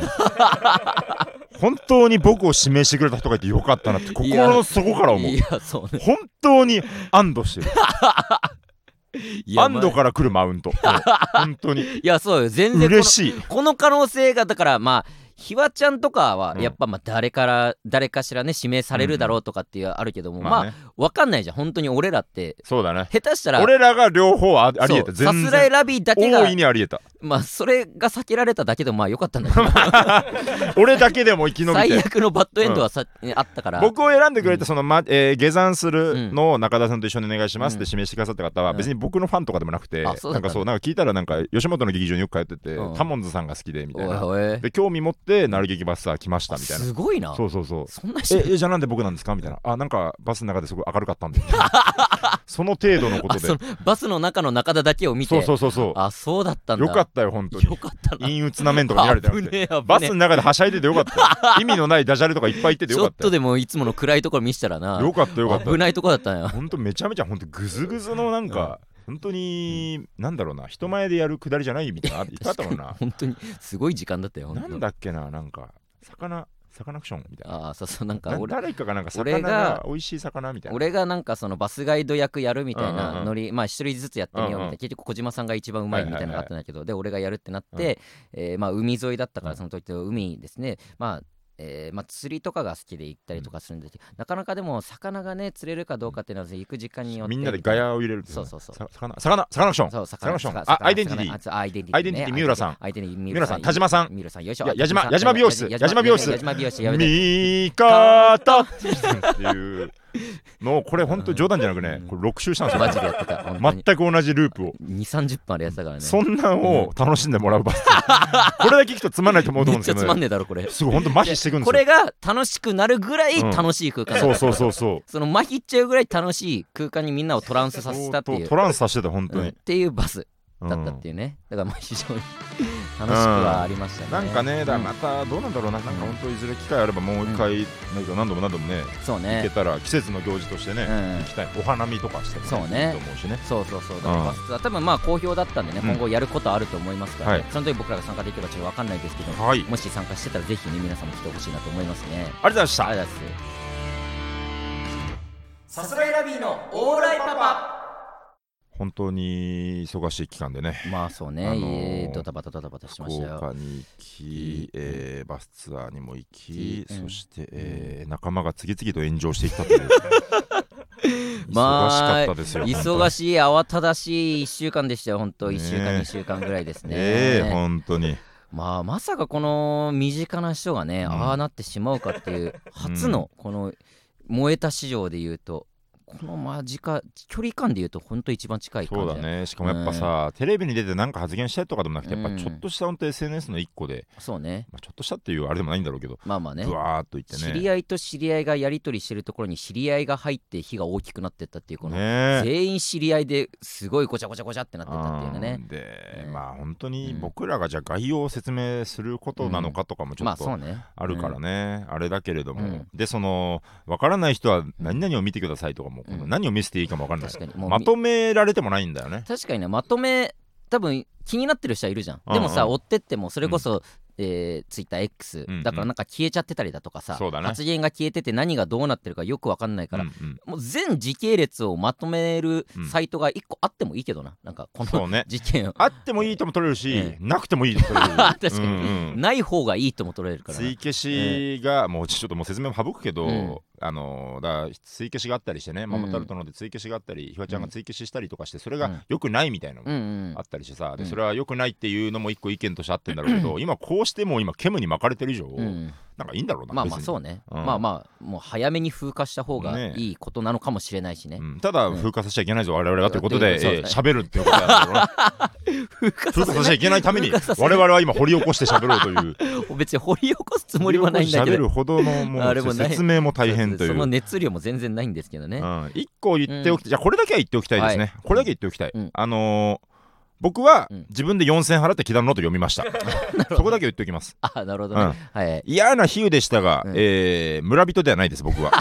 本当に僕を指名してくれた人がいてよかったなって
いや
心の底から思う
いやそうね
本当に安堵してる
いや
安堵
まあ
から来るマウ ントもう本当に
いやそうよ全然この
嬉しい
この可能性がだからまあひわちゃんとかは
うん
やっぱまあ誰から、誰かしらね指名されるだろうとかっていうあるけども、
ま
ま
あ
あ、
ね
わかんないじゃん本当に俺らって
そうだね
下手したら
俺らが両方あありえ
そ
た
うさ
全
すらい
然
ラビーだけが
大いにあ りえた
まあそれが避けられただけでもまあよかったんだけど
俺だけでも生き延び
最
て
悪のバッドエンドはさ、あったから
僕を選んでくれ
うん
てその、まえー下山す
うん
るのを中田さんと一緒にお願いしますって
うん
指名してくださった方は
うん
別に僕のファンとかでもなくて、
あそうだったんだ
なんかそうなんか聞いたらなんか吉本の劇場によく通ってて、
うん
タモンズさんが好きでみ
お
たい
い
な
おい
で興味持ってなる劇バスさ来ましたみたいな
すごいな
そうそうそう
そんな人
ええじゃあなんで僕なんですかみたいなあなんかバスの中ですごい明るかったんでその程度のこ と
あ
で
そのバスの中の中田だけを見て
そうそうそうそ
あそうだったん
う
だ
よかったよ本当に
よかったな
陰鬱な面とか見られてな
危
く
ね
て
え危ねえ
バスの中ではしゃいでてよかったよ意味のないダジャレとかいっぱい言ってて
ち
よ
ょ
かっ
ったと
よ
でもいつもの暗いところ見せたらな
よかったよかった
危ないとこだったんよ
ほんとめちゃめちゃほんとグズグズのなんか、本当に、なんだろうな人前でやるくだりじゃないみたいなのいっぱいあったもん な
本当にすごい時間だったよ本
な
当
んだっけななんか魚魚アクションみたいな
ああそうそうなんか
な
俺
誰かがなんか
俺
魚
が
が美味しい魚みたいな
俺がなんかそのバスガイド役やるみたい
うんうん
な
うん
ノリ、まあ一人ずつやってみようみたいな、
うんうん
結局小島さんが一番うまいみたいなのがあったんだけど、で俺がやるってなって、えーまあ海沿いだったか
う
ら
ん
その時と海ですね、まあえーまあ、釣りとかが好きで行ったりとかするんだけど、なかなかでも魚がね釣れるかどうかっていうのは行く時間によって
みんなでガヤを入れる
そうそうそう
さ魚魚魚アクション
そう
魚
魚
ション
魚
あアイデンティティ
魚あそうアイデンティティ、ね、
アイデンティティ三浦さん
アイデンティティ
三浦さん田島さん
三浦さんよいしょ
いや矢島矢島美容室矢島美容室
矢島美容室やめて
味方っていうのをこれ本当冗談じゃなくねこれ6周したんですよ
マジでやってた本当に
全く同じループを
2三3 0分あれやってたからね
そんなんを楽しんでもらうバスこれだけ聞くとつまんないと思うと
めっ
思う
ち
んです
ゃ
け
つ
ど
まん
ね
ねえだろこれ
すごい本当麻痺していくんです
こ
よ
れが楽しくなるぐらい
うん
楽しい空間だ、
そうそうそうそう
その麻痺っちゃうぐらい楽しい空間にみんなをトランスさせたってい
相当
う
トランスさせてた本当
うんっ
に、
ていうバス
うん
だったっていうね、だからまあ非常に楽しくはありましたね、
なんかねだからま
う
たどうなんだろうななんか本当いずれ機会あればもう一回なんか何度も何度もね
んそう
行け
ね
たら季節の行事としてね、
うん
行きたいお花見とかしても、
そうね
いいと思うしね
そうそうそうだからバスは多分まあ好評だったんでね、
うん
今後やることあると思いますからね、
はい
その時僕らが参加できればちょっと分かんないですけど、
はいありがとう
もし参加してたらぜひね皆さんも来てほしいなと思いますね
ございました
ありがとうございますさすらいラビーのオーライパパ
本当に忙しい期間でね
まあそうね、
あのー
えードタバタドタバタしてま
福
したよ。
岡に行き、えーバスツアーにも行き、
うん
そして、えー仲間が次々と炎上していっ たという
まあ
忙しかったですよ、
忙
い
しい、慌ただしい1週間でしたよ、本当、
ね
1週間、2週間ぐらいですね。
ええ本当に
まあ、まさかこの身近な人がね、
うん
ああなってしまうかっていう、初のこの燃えた市場で言うと、この間近、距離感で言うと、本当一番近い感
そ
じ
うだねしかもやっぱさ、テレビに出てなんか発言したりとかでもなくてやっぱちょっとした本当 SNS の一個で、
そうね、
まあ、ちょっとしたっていうあれでもないんだろうけど
まあまあね
ぶ。わーっと言ってね
知り合いと知り合いがやり取りしてるところに知り合いが入って火が大きくなってったっていうこの、
ねえ
全員知り合いですごいごちゃごちゃごちゃってなってたっていうのね
うんで
ね
まあ本当に僕らがじゃあ概要を説明することなのかとかもちょ
まあ
っ
そう
と
ね
あるからね、あれだけれども、
うん
でその分からない人は何々を見てくださいとかも、この
うん
何を見せていいかも分からない
確かにもうみ
まとめられてもないんだよね
確かにねまとめ多分気になってる人はいるじゃん、
うんうん
でもさ追ってってもそれこそ、えー、TwitterX、
うんうん
だからなんか消えちゃってたりだとかさ、
そうだね
発言が消えてて何がどうなってるかよくわかんないから、
うんうん
もう全時系列をまとめるサイトが1個あってもいいけどな、なんかこ
そ
の
うね
事件を
あってもいいとも取れるし、
え
なくてもいいとも取れる
確かに
うんうん
ない方がいいとも取れるからな
水消しが、もうちょっともう説明も省くけど、
うん
あのだから水消しがあったりしてねママタルトので水消しがあったり、ひわちゃんが水消ししたりとかしてそれ
うん
が良くないみたいなの
う
も
んうん
あったりしてさ、で
うん
それは良くないっていうのも一個意見としてあってんだろうけど、今こうしてもう今ケムに巻かれてる以上、
うん
なんかいいんだろうな
まあまあ
別に
そうね、
うん
まあまあもう早めに風化した方が
ね
いいことなのかもしれないしね
うんただ風化させちゃいけないぞ我々はというこ
そう
とでえー
ですね
喋、るっていうことなんだろ うな
風化
風化させちゃいけない ために
風化させ
我々は今掘り起こして喋ろうという
別に掘り起こ すつもりはないんだけ
喋
ど
るほどのも
あれも
う
ない
説明も大変とい
そうの熱量も全然ないんですけどね、
うん、一個言っておきたい、じゃあこれだけは言っておきたいですね、
はい
これだけ言っておきたい、
うん
あのー僕は
うん
自分で4000払って木田のノート読みました そこだけ言っておきます
あなるほどね、
うん
はい
嫌な比喩でしたが、
うん
えー村人ではないです 僕は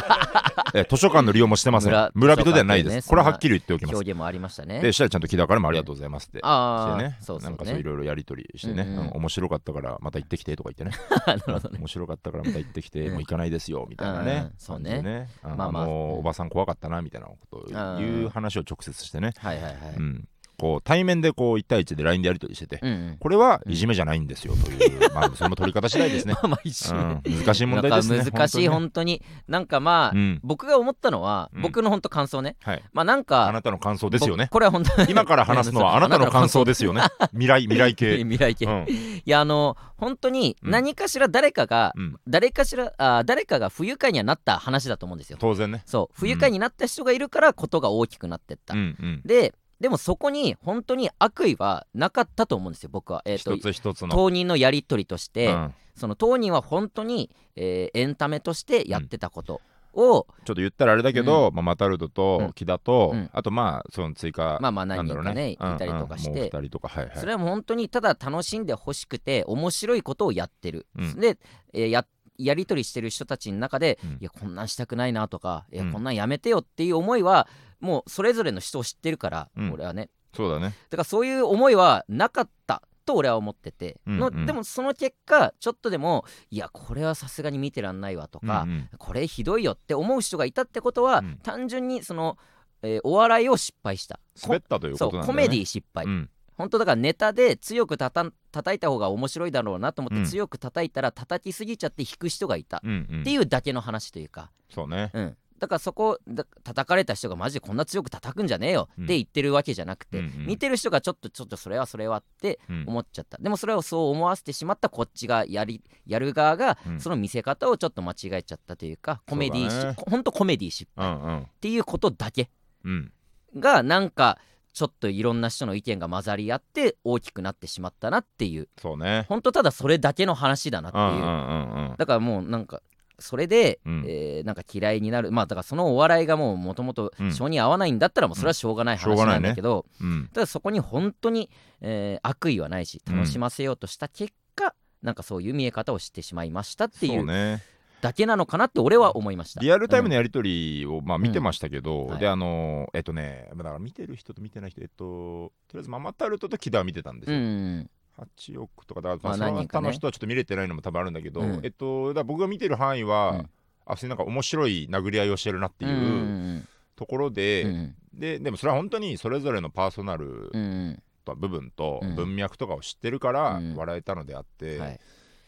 えー図書館の利用もしてません村
村
人ではないです、
図書館ね
これははっきり言っておきま
表
す
現もありましたね
でしたらちゃんと木田からもありがとうございますってし
あ
て
あ、
ね
そうそ
なん
う
かそうい
ね
ろいろやり取りしてね、
うんうん
うん面白かったからまた行ってきてとか言ってね
なるほどね
面白かったからまた行ってきて、
うん
もう行かないですよみたいなね、
うんうんそうね
感じであ
まあまあ
あのーおばさん怖かったなみたいなことを
うん
いう話を直接してね、
はいはいはい、
うん、こう対面でこう1対1で LINE でやり取りしてて、
うんうん
これはいじめじゃないんですよという、まあその取り方次第です ね
ま、あまあ一緒
うん、難しい問
なん
題で
か
すね
難しい
当
本当になんかまあ、
にねうん
僕が思ったのは、
うん
僕の本当感想ね
はい、
まあなん
あ
か
なたの感想ですよね
僕これは本当に
今から話すの はあなたの感想ですよね未来未来系、
未来系、
う
い
ん
やあの本当に
うん
何かしら誰かが、
うん、
誰かしらあー誰かが不愉快にはなった話だと思うんですよ
当然ね、
そう不愉快になった人がいるからことが大きくなってった、
うんうん、
ででもそこに本当に悪意はなかったと思うんですよ僕は、えー、と
一つ一つの、
当人のやり取りとして、
うん
その当人は本当に、えーエンタメとしてやってたことを、
ちょっと言ったらあれだけど、まあ、マタルド
う
と
ん
木田と、
うん
あとまあその追加、
まあまあ何
なんだ
人
ろう
かね
ね
いたりとかして、
うんうん、もう二人とかはいはい
それはもう本当にただ楽しんでほしくて面白いことをやってる、
うん
で、えーややり取りしてる人たちの中で、
うん
いやこんなんしたくないなとか、いや
うん
こんなんやめてよっていう思いはもうそれぞれの人を知ってるから、
うん
俺はね
そうだね
だからそういう思いはなかったと俺は思ってて、
うん
の
うん
でもその結果ちょっとでもいやこれはさすがに見てらんないわとか、
うんうん
これひどいよって思う人がいたってことは、
うん
単純にその、えーお笑いを失敗した
滑ったというこ
そう
となんだよね
コメディ失敗、
うん
本当だからネタで強くたたん叩いた方が面白いだろうなと思っ
うん
て強く叩いたら叩きすぎちゃって引く人がいたっ
うんうん
ていうだけの話というか、
そうね
うん、だからそこだ叩かれた人がマジでこんな強く叩くんじゃねえよって言ってるわけじゃなくて、
うんうん
見てる人がちょっとちょっとそれはそれはって
うん
思っちゃったでもそれをそう思わせてしまったこっちがやりやる側が
うん
その見せ方をちょっと間違えちゃったというかコメディー
そうだね
し本当コメディーしっ
うんうん
ていうことだけ
うん
がなんかちょっといろんな人の意見が混ざり合って大きくなってしまったなっていう
そうね
本当ただそれだけの話だなって
うんうん
いううん
うん
だからもうなんかそれで、
うん
えーなんか嫌いになるまあだからそのお笑いがもうもともと
うん
性に合わないんだったらもうそれはしょうがない
うんしょう
話
がな
ないん
ね
だけど、
うん
ただそこに本当に、えー悪意はないし楽しませようとした結果、なんかそういう見え方をしてしまいましたってい
そう
う
ね
だけなのかなって俺は思いました。
リアルタイムのやり取りをまあ見てましたけ
うん
ど
はい
であのーえっとねまあだから見てる人と見てない人えっととりあえずママタルトとキダは見てたんです
うんう
よ
ん
8億とかだか
まあ
らその
何人か
他
ね
の人はちょっと見れてないのも多分あるんだけど
うん
えっとだから僕が見てる範囲
う
は
ん
あ普通になんか面白い殴り合いをしてるなっていうところ
うんう
で
ん
ででもそれは本当にそれぞれのパーソナル
うんうん
と部分と
うん
文脈とかを知ってるから
うん
笑えたのであっ
う
て、
ん
だ
は
か
い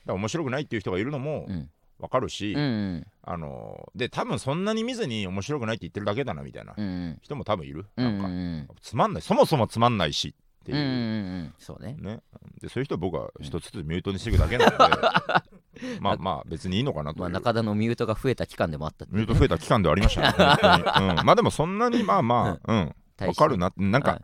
ら面白くないっていう人がいるのも
うん
わかるし、
うんうん
あので多分そんなに見ずに面白くないって言ってるだけだなみたいな
うんうん
人も多分いる、
うんう
なんか
ん
つまんないそもそもつまんないしって
うんうんう
いう、
んそうね
ね、でそういう人は僕は一つずつミュートにしていくだけなので まあまあ別にいいのかなという、
まあ、中田のミュートが増えた期間でもあったっていう
ミュート増えた期間ではありましたね本当に、うん、まあでもそんなにまあまあうんわ、かるななんか、
はい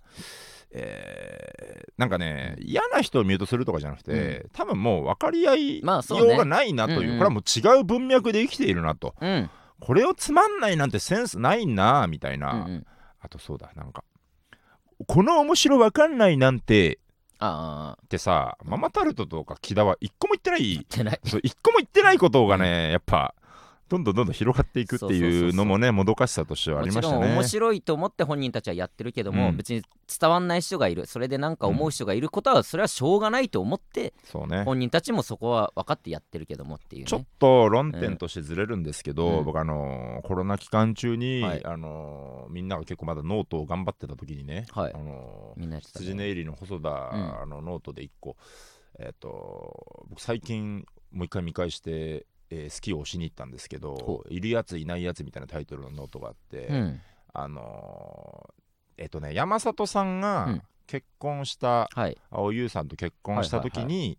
えーなんかね、嫌な人をミュートするとかじゃなくて、多分もう分かり合い
まあそうね
ようがないなという,、
うんうん
これはもう違う文脈で生きているなと
うん
これをつまんないなんてセンスないなみたいな、
うんうん、
あとそうだなんかこの面白分かんないなんて
ああ
ってさママタルトとか木田は一個も言ってない
ってない
そう一個も言ってないことがねやっぱどんどんどんどん広がっていくっていうのもねもどかしさとしてはあ
も
り
ち
まし
ろ
た
ん
ね。
面白いと思って本人たちはやってるけども、
うん
別に伝わんない人がいるそれでなんか思う人がいることはそれはしょうがないと思って、
そうね
本人たちもそこは分かってやってるけどもっていう
ちょっ
ね
と論点としてずれるんですけど、
うん
僕あのーコロナ期間中に、
はい
あのーみんなが結構まだノートを頑張ってた時にね、
はい
あのー
みんなやってたね
羊ネイリの細田、あのノートで一個えっ、と僕最近もう一回見返して、えースキーをしに行ったんですけど
ほ
「いるやついないやつ」みたいなタイトルのノートがあって、
うん
あのーえっ、とね山里さん
う
が
ん
結婚した
はい
蒼井優さんと結婚した時に、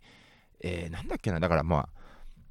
えーなんだっけなだからま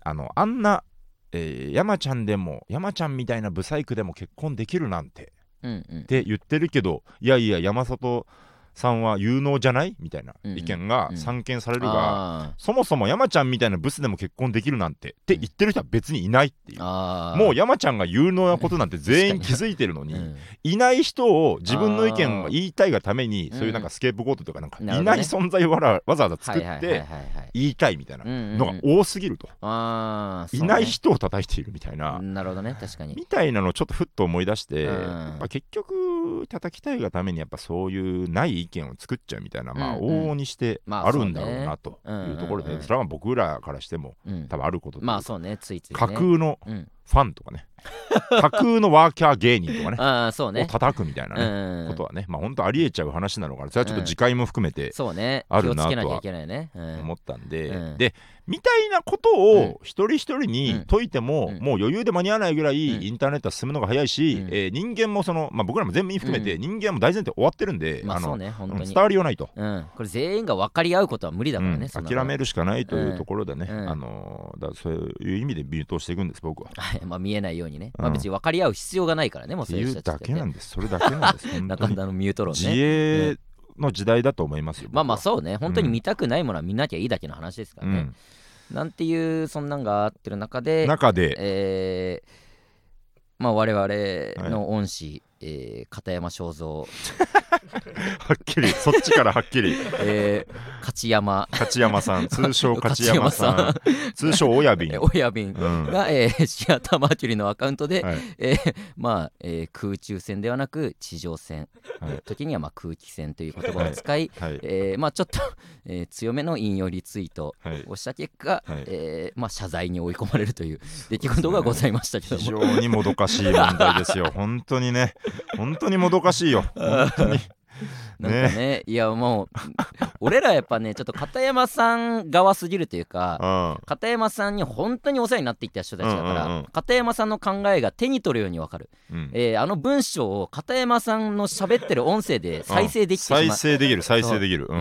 ああのあんな、えー山ちゃんでも山ちゃんみたいなブサイクでも結婚できるなんて
うんうん
って言ってるけどいやいや山里さんは有能じゃないみたいな
うんうん
意見が
うん
散見されるが、
あ
そもそも山ちゃんみたいなブスでも結婚できるなんてって言ってる人は別にいないってい
ー
う。
あー
もう山ちゃんが有能なことなんて全員
確
気づいてるのに、
うん
いない人を自分の意見を言いたいがために
あー
そういうなんかスケープゴートとかなんかい
なるほど
ない
ね
存在をわらわざわざ
は
作
いはい
っ
はいはい
て
はい
言いたいみたいな
うんうんうん
のが多すぎると、
あー
い
そうね
ない人を叩いているみたいな、
なるほどね確かに
みたいなのをちょっとふっと思い出して、
うん
やっぱ結局叩きたいがためにやっぱそういうない意見を作っちゃうみたいな、まあ
うん
往
うん
々にして
まあ
あるんだろうなと
そうね
いうところ
う
で、
んうんうん
それは僕らからしても
うん
多分あることというか
まあそうねついついね
架空の
うん
ファンとかね架空のワーキャー芸人とかね
ああそう
を
ね
叩くみたいなね、
うん
ことはねまあ本当ありえちゃう話なのかなそれはちょっ
う
と
ん
次回も含めて
そうね
あるなとは
気をつけなきゃいけないねうん
思ったんで、
うん
でみたいなことを一人一人
うん
に解いて
う
も、
ん
もう余裕で間に合わないぐら
うん
いインターネットは進むのが早いし、
うん
えー人間もその、まあ、僕らも全部含めて人間はもう大前提終わってるんで、
まあ
あ
そ
の
うね本
う
当
ん
に
伝わりようないと、
うんこれ全員が分かり合うことは無理だから
う
ね
ん
そんな
諦めるしかないというところでね、
うん
あのーだそういう意味でビュートしていくんです僕は。
はい まあ見えないようにね
うん
まあ別に分かり合う必要がないからねもう
って
そういう
い
人
う
た
だ
ち
け
だっ
な
て
んですそれだけなんです本当
中
に
田のミュート論
自
ね
衛の時代だと思いますよ。
まあまあそうね本当に
うん
見たくないものは見なきゃいいだけの話ですか
う
らね
ん、
なんていうそんなんがあってる中で、
中で、
えーまあ、我々の恩師、えー片山正蔵、
はっきりそっちからはっきり
えー、 勝山
勝 山さん通称勝山さん
勝
通称親 瓶、
え
う
ー親瓶
んは
が、えー シアターマーキュリーのアカウントで、
いはい
えーまあえー空中戦ではなく地上戦、
はい
時にはまあ空気戦という言葉を使い、
はい
えーまあ、ちょっと、えー強めの引用リツイート
はい
をした結果、
はい
えーまあ、謝罪に追い込まれるという出来事がございましたけど
非
も、
常にもどかしい問題で すよ本当にね本当にもどかしいよ本 当に
なんかねいやもう俺らやっぱねちょっと片山さん側すぎるというか
う
片山さんに本当にお世話になっていった人たちだから、
うんうんうん
片山さんの考えが手に取るようにわかる、
んうん
えーあの文章を片山さんの喋ってる音声で再生できてしま
再生できる再生できるう
うん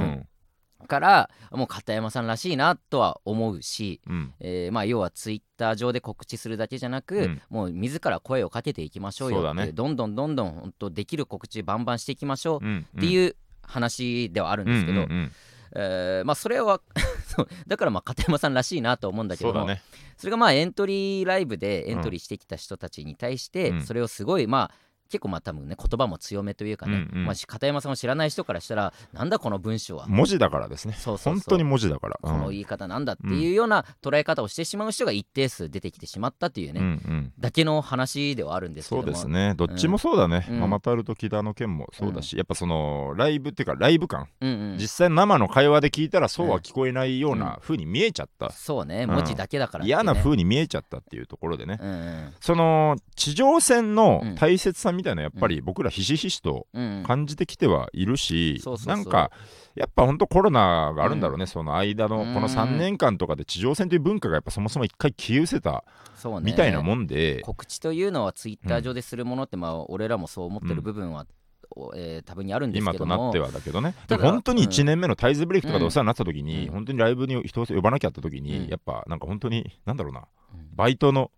うからもう片山さんらしいなとは思うし、
うん
えーまあ、要はツイッター上で告知するだけじゃなく、
うん
もう自ら声をかけていきましょうよ
そうだ
って
ね
どんどんどんどん本当できる告知バンバンしていきましょう
うん
っていう話ではあるん
う
で
ん
すけど、
うんうん
えーまあそれは そうだからまあ片山さんらしいなと思うんだけ
そ
ど
うだ
も
ね
それがまあエントリーライブでエントリーしてきた人たちに対して、
うん
それをすごいまあ結構まあ多分ね言葉も強めというかね、
うんうん
まあ、し片山さんを知らない人からしたらなんだこの文章は、
文字だからですね
そうそうそう
本当に文字だから
この言い方なんだっていうような捉え方をしてしまう人が一定数出てきてしまったというね、
うんうん
だけの話ではあるんですけ
そ
ど
う
も
ですねどっちもそうだね、
うん
ママタルと木田の件もそうだし、やっぱそのライブっていうかライブ感
うんうん
実際生の会話で聞いたらそうは聞こえないような風に見えちゃった、
そうね文字だけだからっていうね、
嫌な風に見えちゃったっていうところでね、
うんうん
その地上戦の
うん
大切さみたいなやっぱり僕らひしひしと
うん
感じてきてはいるし、
そうそうそう
なんかやっぱ本当コロナがあるんだろうね、その間のこ
うん
の3年間とかで地上戦という文化がやっぱそもそも一回消え失せた
そうね
みたいなもんで、
告知というのはツイッター上でするものって、まあ俺らもそう思ってる部分は、おえー多分にあるんです
今
け
と
ど
な
も
ってはだけどね
た
で
だ
も本当に1年目のタイズブレイクとかで
うん
お世話になった時に、
うん
本当にライブに人を呼ばなきゃって時に、
うん
やっぱなんか本当になんだろうな
うん
バイトの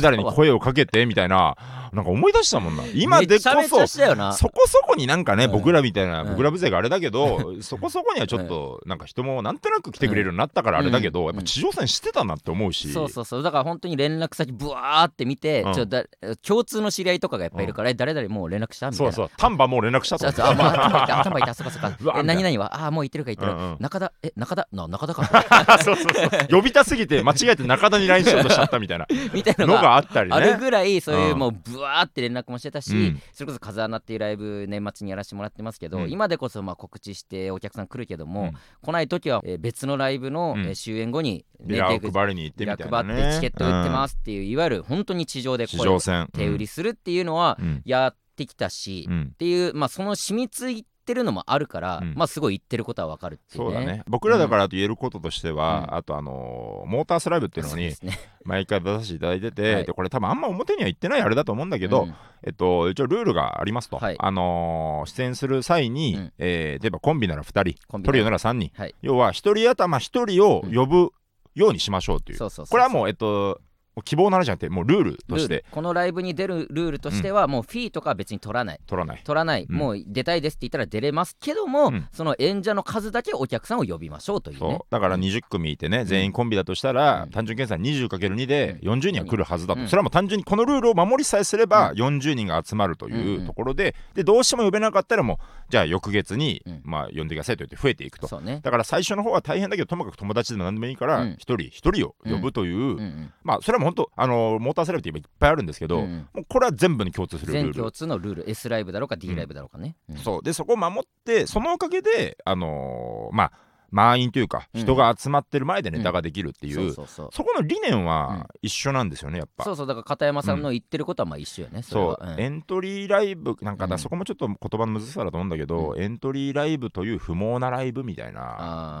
々に声をかけてみたいななんか思い出したもんな今でこ
めちゃめちゃし
そ
たよな
そこそこになんかね、
うん
僕らみたいな、
うん
僕ら部勢があれだけど、そこそこにはちょっと、なんか人もなんとなく来てくれるようになったからあれだけど、
うん
やっぱ地上戦してたなって思うし、
そうそうそうだから本当に連絡先ブワーって見て、
うん
ちょだ共通の知り合いとかがやっぱいるから、え誰々もう連絡したみたい
そ
な
うそう丹波もう連絡した
ち
と
ょっとあ、まあ、頭いた、頭いた、そっかそっか
うわ。
え、
みた
何
いな
々は、ああ、もう言ってるか言ってる。
うんうん
中田、え、中田、な、中田 か。
そうそうそう呼びたすぎて間違えて中田に LINE しようとしちゃったみ たいな
みたいな
の
のが
があったりね。
あるぐらい、そういう
うん
もう、ぶわーって連絡もしてたし、
うん
それこそ、風穴っていうライブ、年末にやらせてもらってますけど、
うん
今でこそ、まあ、告知してお客さん来るけども、
うん
来ない時は、えー別のライブの、
うん
えー終演後に、
ビラを
テイク
配りに行って
ビラ
みた
配
いな、ね、、
ってチケット売ってますすっていう、いわゆる本当に地上で
地
こ
上
う
戦
手売りするっていうのは
うんうん
やってきたし、
う
っ
ん
ていう、まあ、その染みついてるのもあるから、
うん
まあすごい言ってることはわかるっていう
そうだね僕らだからと言えることとしては、あとあのーモータースライブっていうの
そう
に
ですね
毎回出させていただいてて、
はい
でこれ多分あんま表には言ってないあれだと思うんだけど、
うん
えっと、一応ルールがありますと、
はい
あのー出演する際に、
うん
えー例えばコンビなら2人
コンビなら
トリオなら3人、
はい
要は1人頭1人を呼ぶようにしましょうという
そうそうそうそう
これはもうえっと希望の話じゃなくてもうルールと
ル
し
ール
て
このライブに出るルールとしては、もうフィーとかは別に取らない
取らない
取らない、
うん
もう出たいですって言ったら出れますけども、
うん
その演者の数だけお客さんを呼びましょうというね
そうだから20組いてね全員コンビだとしたら、
うん
単純計算 20×2 で40人は来るはずだと、
うん
それはもう単純にこのルールを守りさえすれば
う
40人が集まるとい
んう
うんところででどうしても呼べなかったらもうじゃあ翌月に、
うん
まあ、呼んでくださいと言って増えていくと
そうね
だから最初の方は大変だけどともかく友達でも何でもいいから
うん
一人一人を呼ぶという、
うんうん
まあそれはもう本当あのモーターセレブって今いっぱいあるんですけ
う
ど、
んうん
もうこれは全部に共通するル
全
ー
共
ル
通のルール S ライブだろうか D ライブだろうかね、うん
そうでそこを守ってそのおかげであのーまあ満員というか
うん
人が集まってる前でネタができるっていう、
そうそうそう
そこの理念は一緒なんですよねやっぱ。
そうそうだから片山さんの言ってることはまあ一緒よね、それ
そう
はうん
エントリーライブなんかだ、
うん
そこもちょっと言葉の難しさだと思うんだけど、
う
エントリーライブという不毛なライブみたいな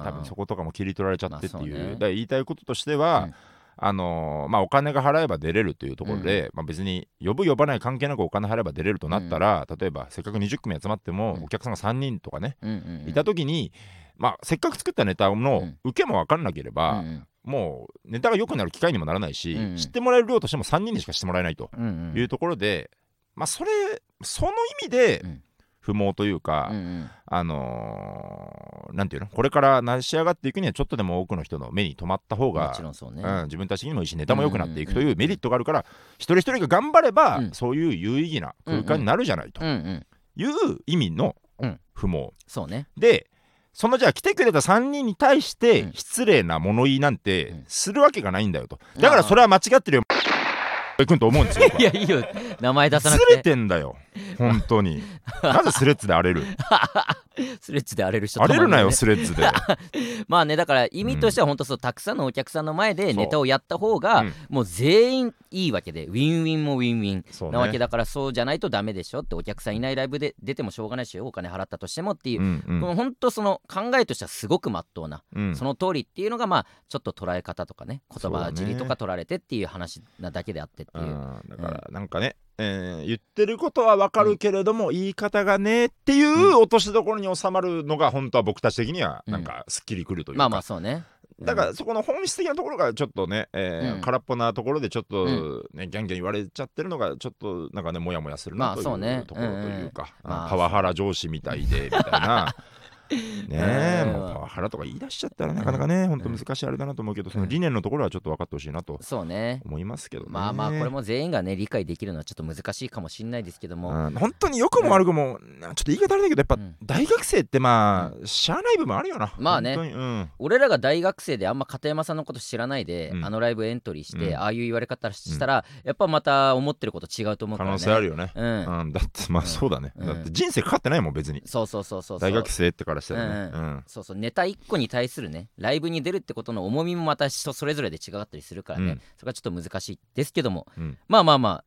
あー
多分そことかも切り取られちゃってっていう,、
まあそうね
だから言いたいこととしては、
うん
あのーまあ、お金が払えば出れるというところで、まあ、別に呼ぶ呼ばない関係なくお金払えば出れるとなったら、例えばせっかく20組集まっても、
うん
お客さんが3人とかね、
うんうんうん
いた時に、まあ、せっかく作ったネタ
う
の
ん
受けも分かんなければ、
うんうん
もうネタが良くなる機会にもならないし、
うん
知ってもらえる量としても3人にしかしてもらえないと
うんうん
いうところで、まあそれその意味で
うん
不毛というか、
うんうん
あのーなんていうのこれから成し上がっていくにはちょっとでも多くの人の目に留まった方
も
が
ちろんそうね、
うん、自分たちにもいいしネタも良くなっていくと
うんうん
いううんメリットがあるから、一人一人が頑張れば、
うん
そういう有意義な空間になるじゃないと
うんうん
いう意味の
うん
不毛、
そうね
でそのじゃあ来てくれた3人に対し
う
て
ん
失礼な物言いなん
う
て
ん
するわけがないんだよとだからそれは間違ってるよ君と思うんですよ 僕はい
やいいよ名前 出さな
ず
く
れ
て
てんだよ本 当になぜスレッズで荒れる
スレッズで荒れる人
荒れるなよ
た
スレッズ で
まにねまあねだから意味としては本当そうたくさんのお客さんの前で
う
ネタをやった方が、
うん
もう全員いいわけでウィンウィンもウィンウィン
そう
なわけ
ね
だからそうじゃないとダメでしょってお客さんいないライブで出てもしょうがないしお金払ったとしてもっていうう、
んうん
この本当その考えとしてはすごくまっとうな、
うん
その通りっていうのがまあちょっと捉え方とかね
そ
言
うだね
葉尻とか取られてっていう話なだけであってっていうう。
んだからなんかねえー言ってることはわかるけれども言い方がねっていう落としどころに収まるのが本当は僕たち的にはなんかすっきりくるという
まあま
か
あそうね。
だからそこの本質的なところがちょっとね、えー
うん
空っぽなところでちょっと
う
ね、ギャンギャン言われちゃってるのがちょっとなんかねモヤモヤする
ま
な
あ
という,、
そうね
ところというか、
うんうん
あ
まあ
パワハラ上司みたいでみた いな。ねえ
うん
もうパワハラとか言い出しちゃったらなかなかね、本当難しいあれだなと思うけどその理念のところはちょっと分かってほしいなと
そうね。
思いますけどね。
まあまあこれも全員がね理解できるのはちょっと難しいかもしれないですけど
う
も。
ん本当によくも悪くも、なちょっと言い方あれだけどやっぱ、
うん
大学生ってまあしゃあない部分あるよな。
まあね
本当にうん
俺らが大学生であんま片山さんのこと知らないで、
うん
あのライブエントリーして、
うん
ああいう言われ方したら、やっぱまた思ってること違うと思うから
可
ね。
能性あるよね。
うん、
うん、だってまあ
うん
そうだね、
うん
だって人生かかってないもん別に
そうそうそうそうそう
大学生ってからしたらね、
う
うん
そうそうネタ1個に対するねライブに出るってことの重みもまた人それぞれで違かったりするからね、
うん
それはちょっと難しいですけども、
うん
まあまあまあ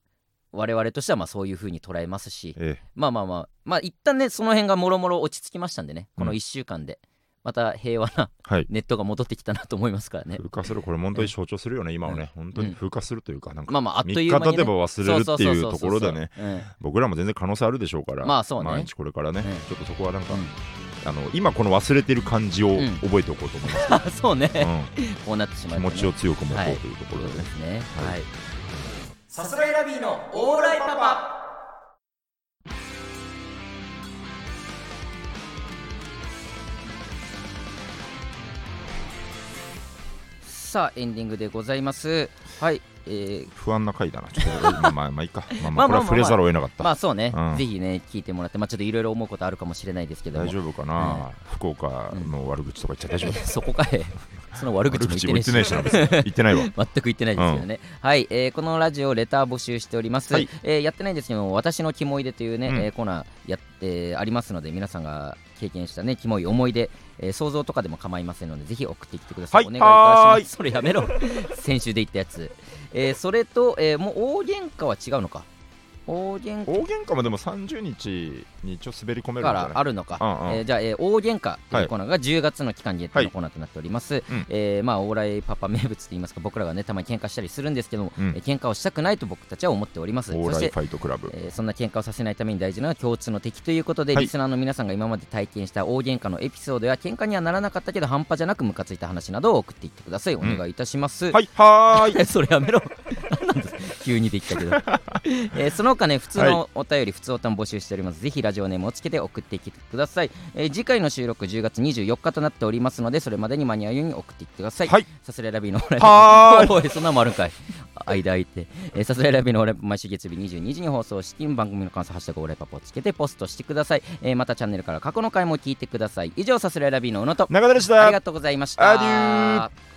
我々としてはまあそういうふうに捉えますし
ええ
まあまあまあまあ一旦ねその辺がもろもろ落ち着きましたんでねこの
うん
1週間でまた平和な
はい
ネットが戻ってきたなと思いますからね、
風化するこれ本当に象徴するよね今はね、本当に風化するというかなんか、
まあまああっと
3
い
日
う間
経
に、ね、
てば忘れるっていうところでね僕らも全然可能性あるでしょうから
まあそうね
毎日これからね、
うん
ちょっとそこはなんか、
うん
あの今この忘れてる感じを
ん
覚えておこうと思います、
そうそうそう,、うん、 そうね
うん
こうなってしま
気
うとね
持ちを強く持と
は
う
い
というとこ
という
ろ
こ
で
と
ね
で、すね
は
はいいさすらいラビーのオーライパパさあエンディングでございますはいえー
不安な回だなちょっとまあまあまあいいかまあま
まあまあまあ
あこれは触れざるを得なかった、
まあそうね、
うん
ぜひね聞いてもらってまあちょっといろいろ思うことあるかもしれないですけども
大丈夫かな、福岡の悪口とか言っちゃ大丈夫
そこかへ その悪口も言ってねえし
悪口も言ってないしな別に言ってない わ
全く言ってないですけどね、はい、えーこのラジオレター募集しております、
はい
えーやってないんですけども私のキモいでというね、
うん
えーコーナーやってありますので皆さんが経験したねキモい思い出、えー想像とかでも構いませんのでぜひ送ってきてください、
はい
お願いいた
は
し
ーい
ますそれやめろ先週で言ったやつ、えーそれと、えーもう大喧嘩は違うのか大喧
大喧嘩もでも30日に一応滑り込めるん
か
じゃ
ら
ない
あるのか、
うんうん
えーじゃあ、えー大喧嘩というコーナーが10月の期間限定のコーナーとなっております、
うん
えーまあ往来パパ名物といいますか僕らがねたまに喧嘩したりするんですけども、
うん
えー喧嘩をしたくないと僕たちは思っております
オー
そ
ラ
し
イ
て
ファイトクラブ
えーそんな喧嘩をさせないために大事なのは共通の敵ということで、
はい
リスナーの皆さんが今まで体験した大喧嘩のエピソードや喧嘩にはならなかったけど半端じゃなくムカついた話などを送っていってくださいお
ん
願いいたします、
はいは ーい
それやめろなんなんです急にできたけど、えーその他ね普通のお便り、普通おたん募集しておりますぜひラジオネームをつけて送ってきてください、えー次回の収録10月24日となっておりますのでそれまでに間に合うように送ってきてください、
はい
サスレラビーのオーライブ
はーい
おいそんなんもあるんかい間空いて、えー、サスレラビーのオーライブ毎週月曜日22時に放送して番組の感想「ハッシュタグオーライパパ」をつけてポストしてください、えーまたチャンネルから過去の回も聞いてください以上サスレラビーの宇野と
中田でし
あ
た
りがとうございました
アデュー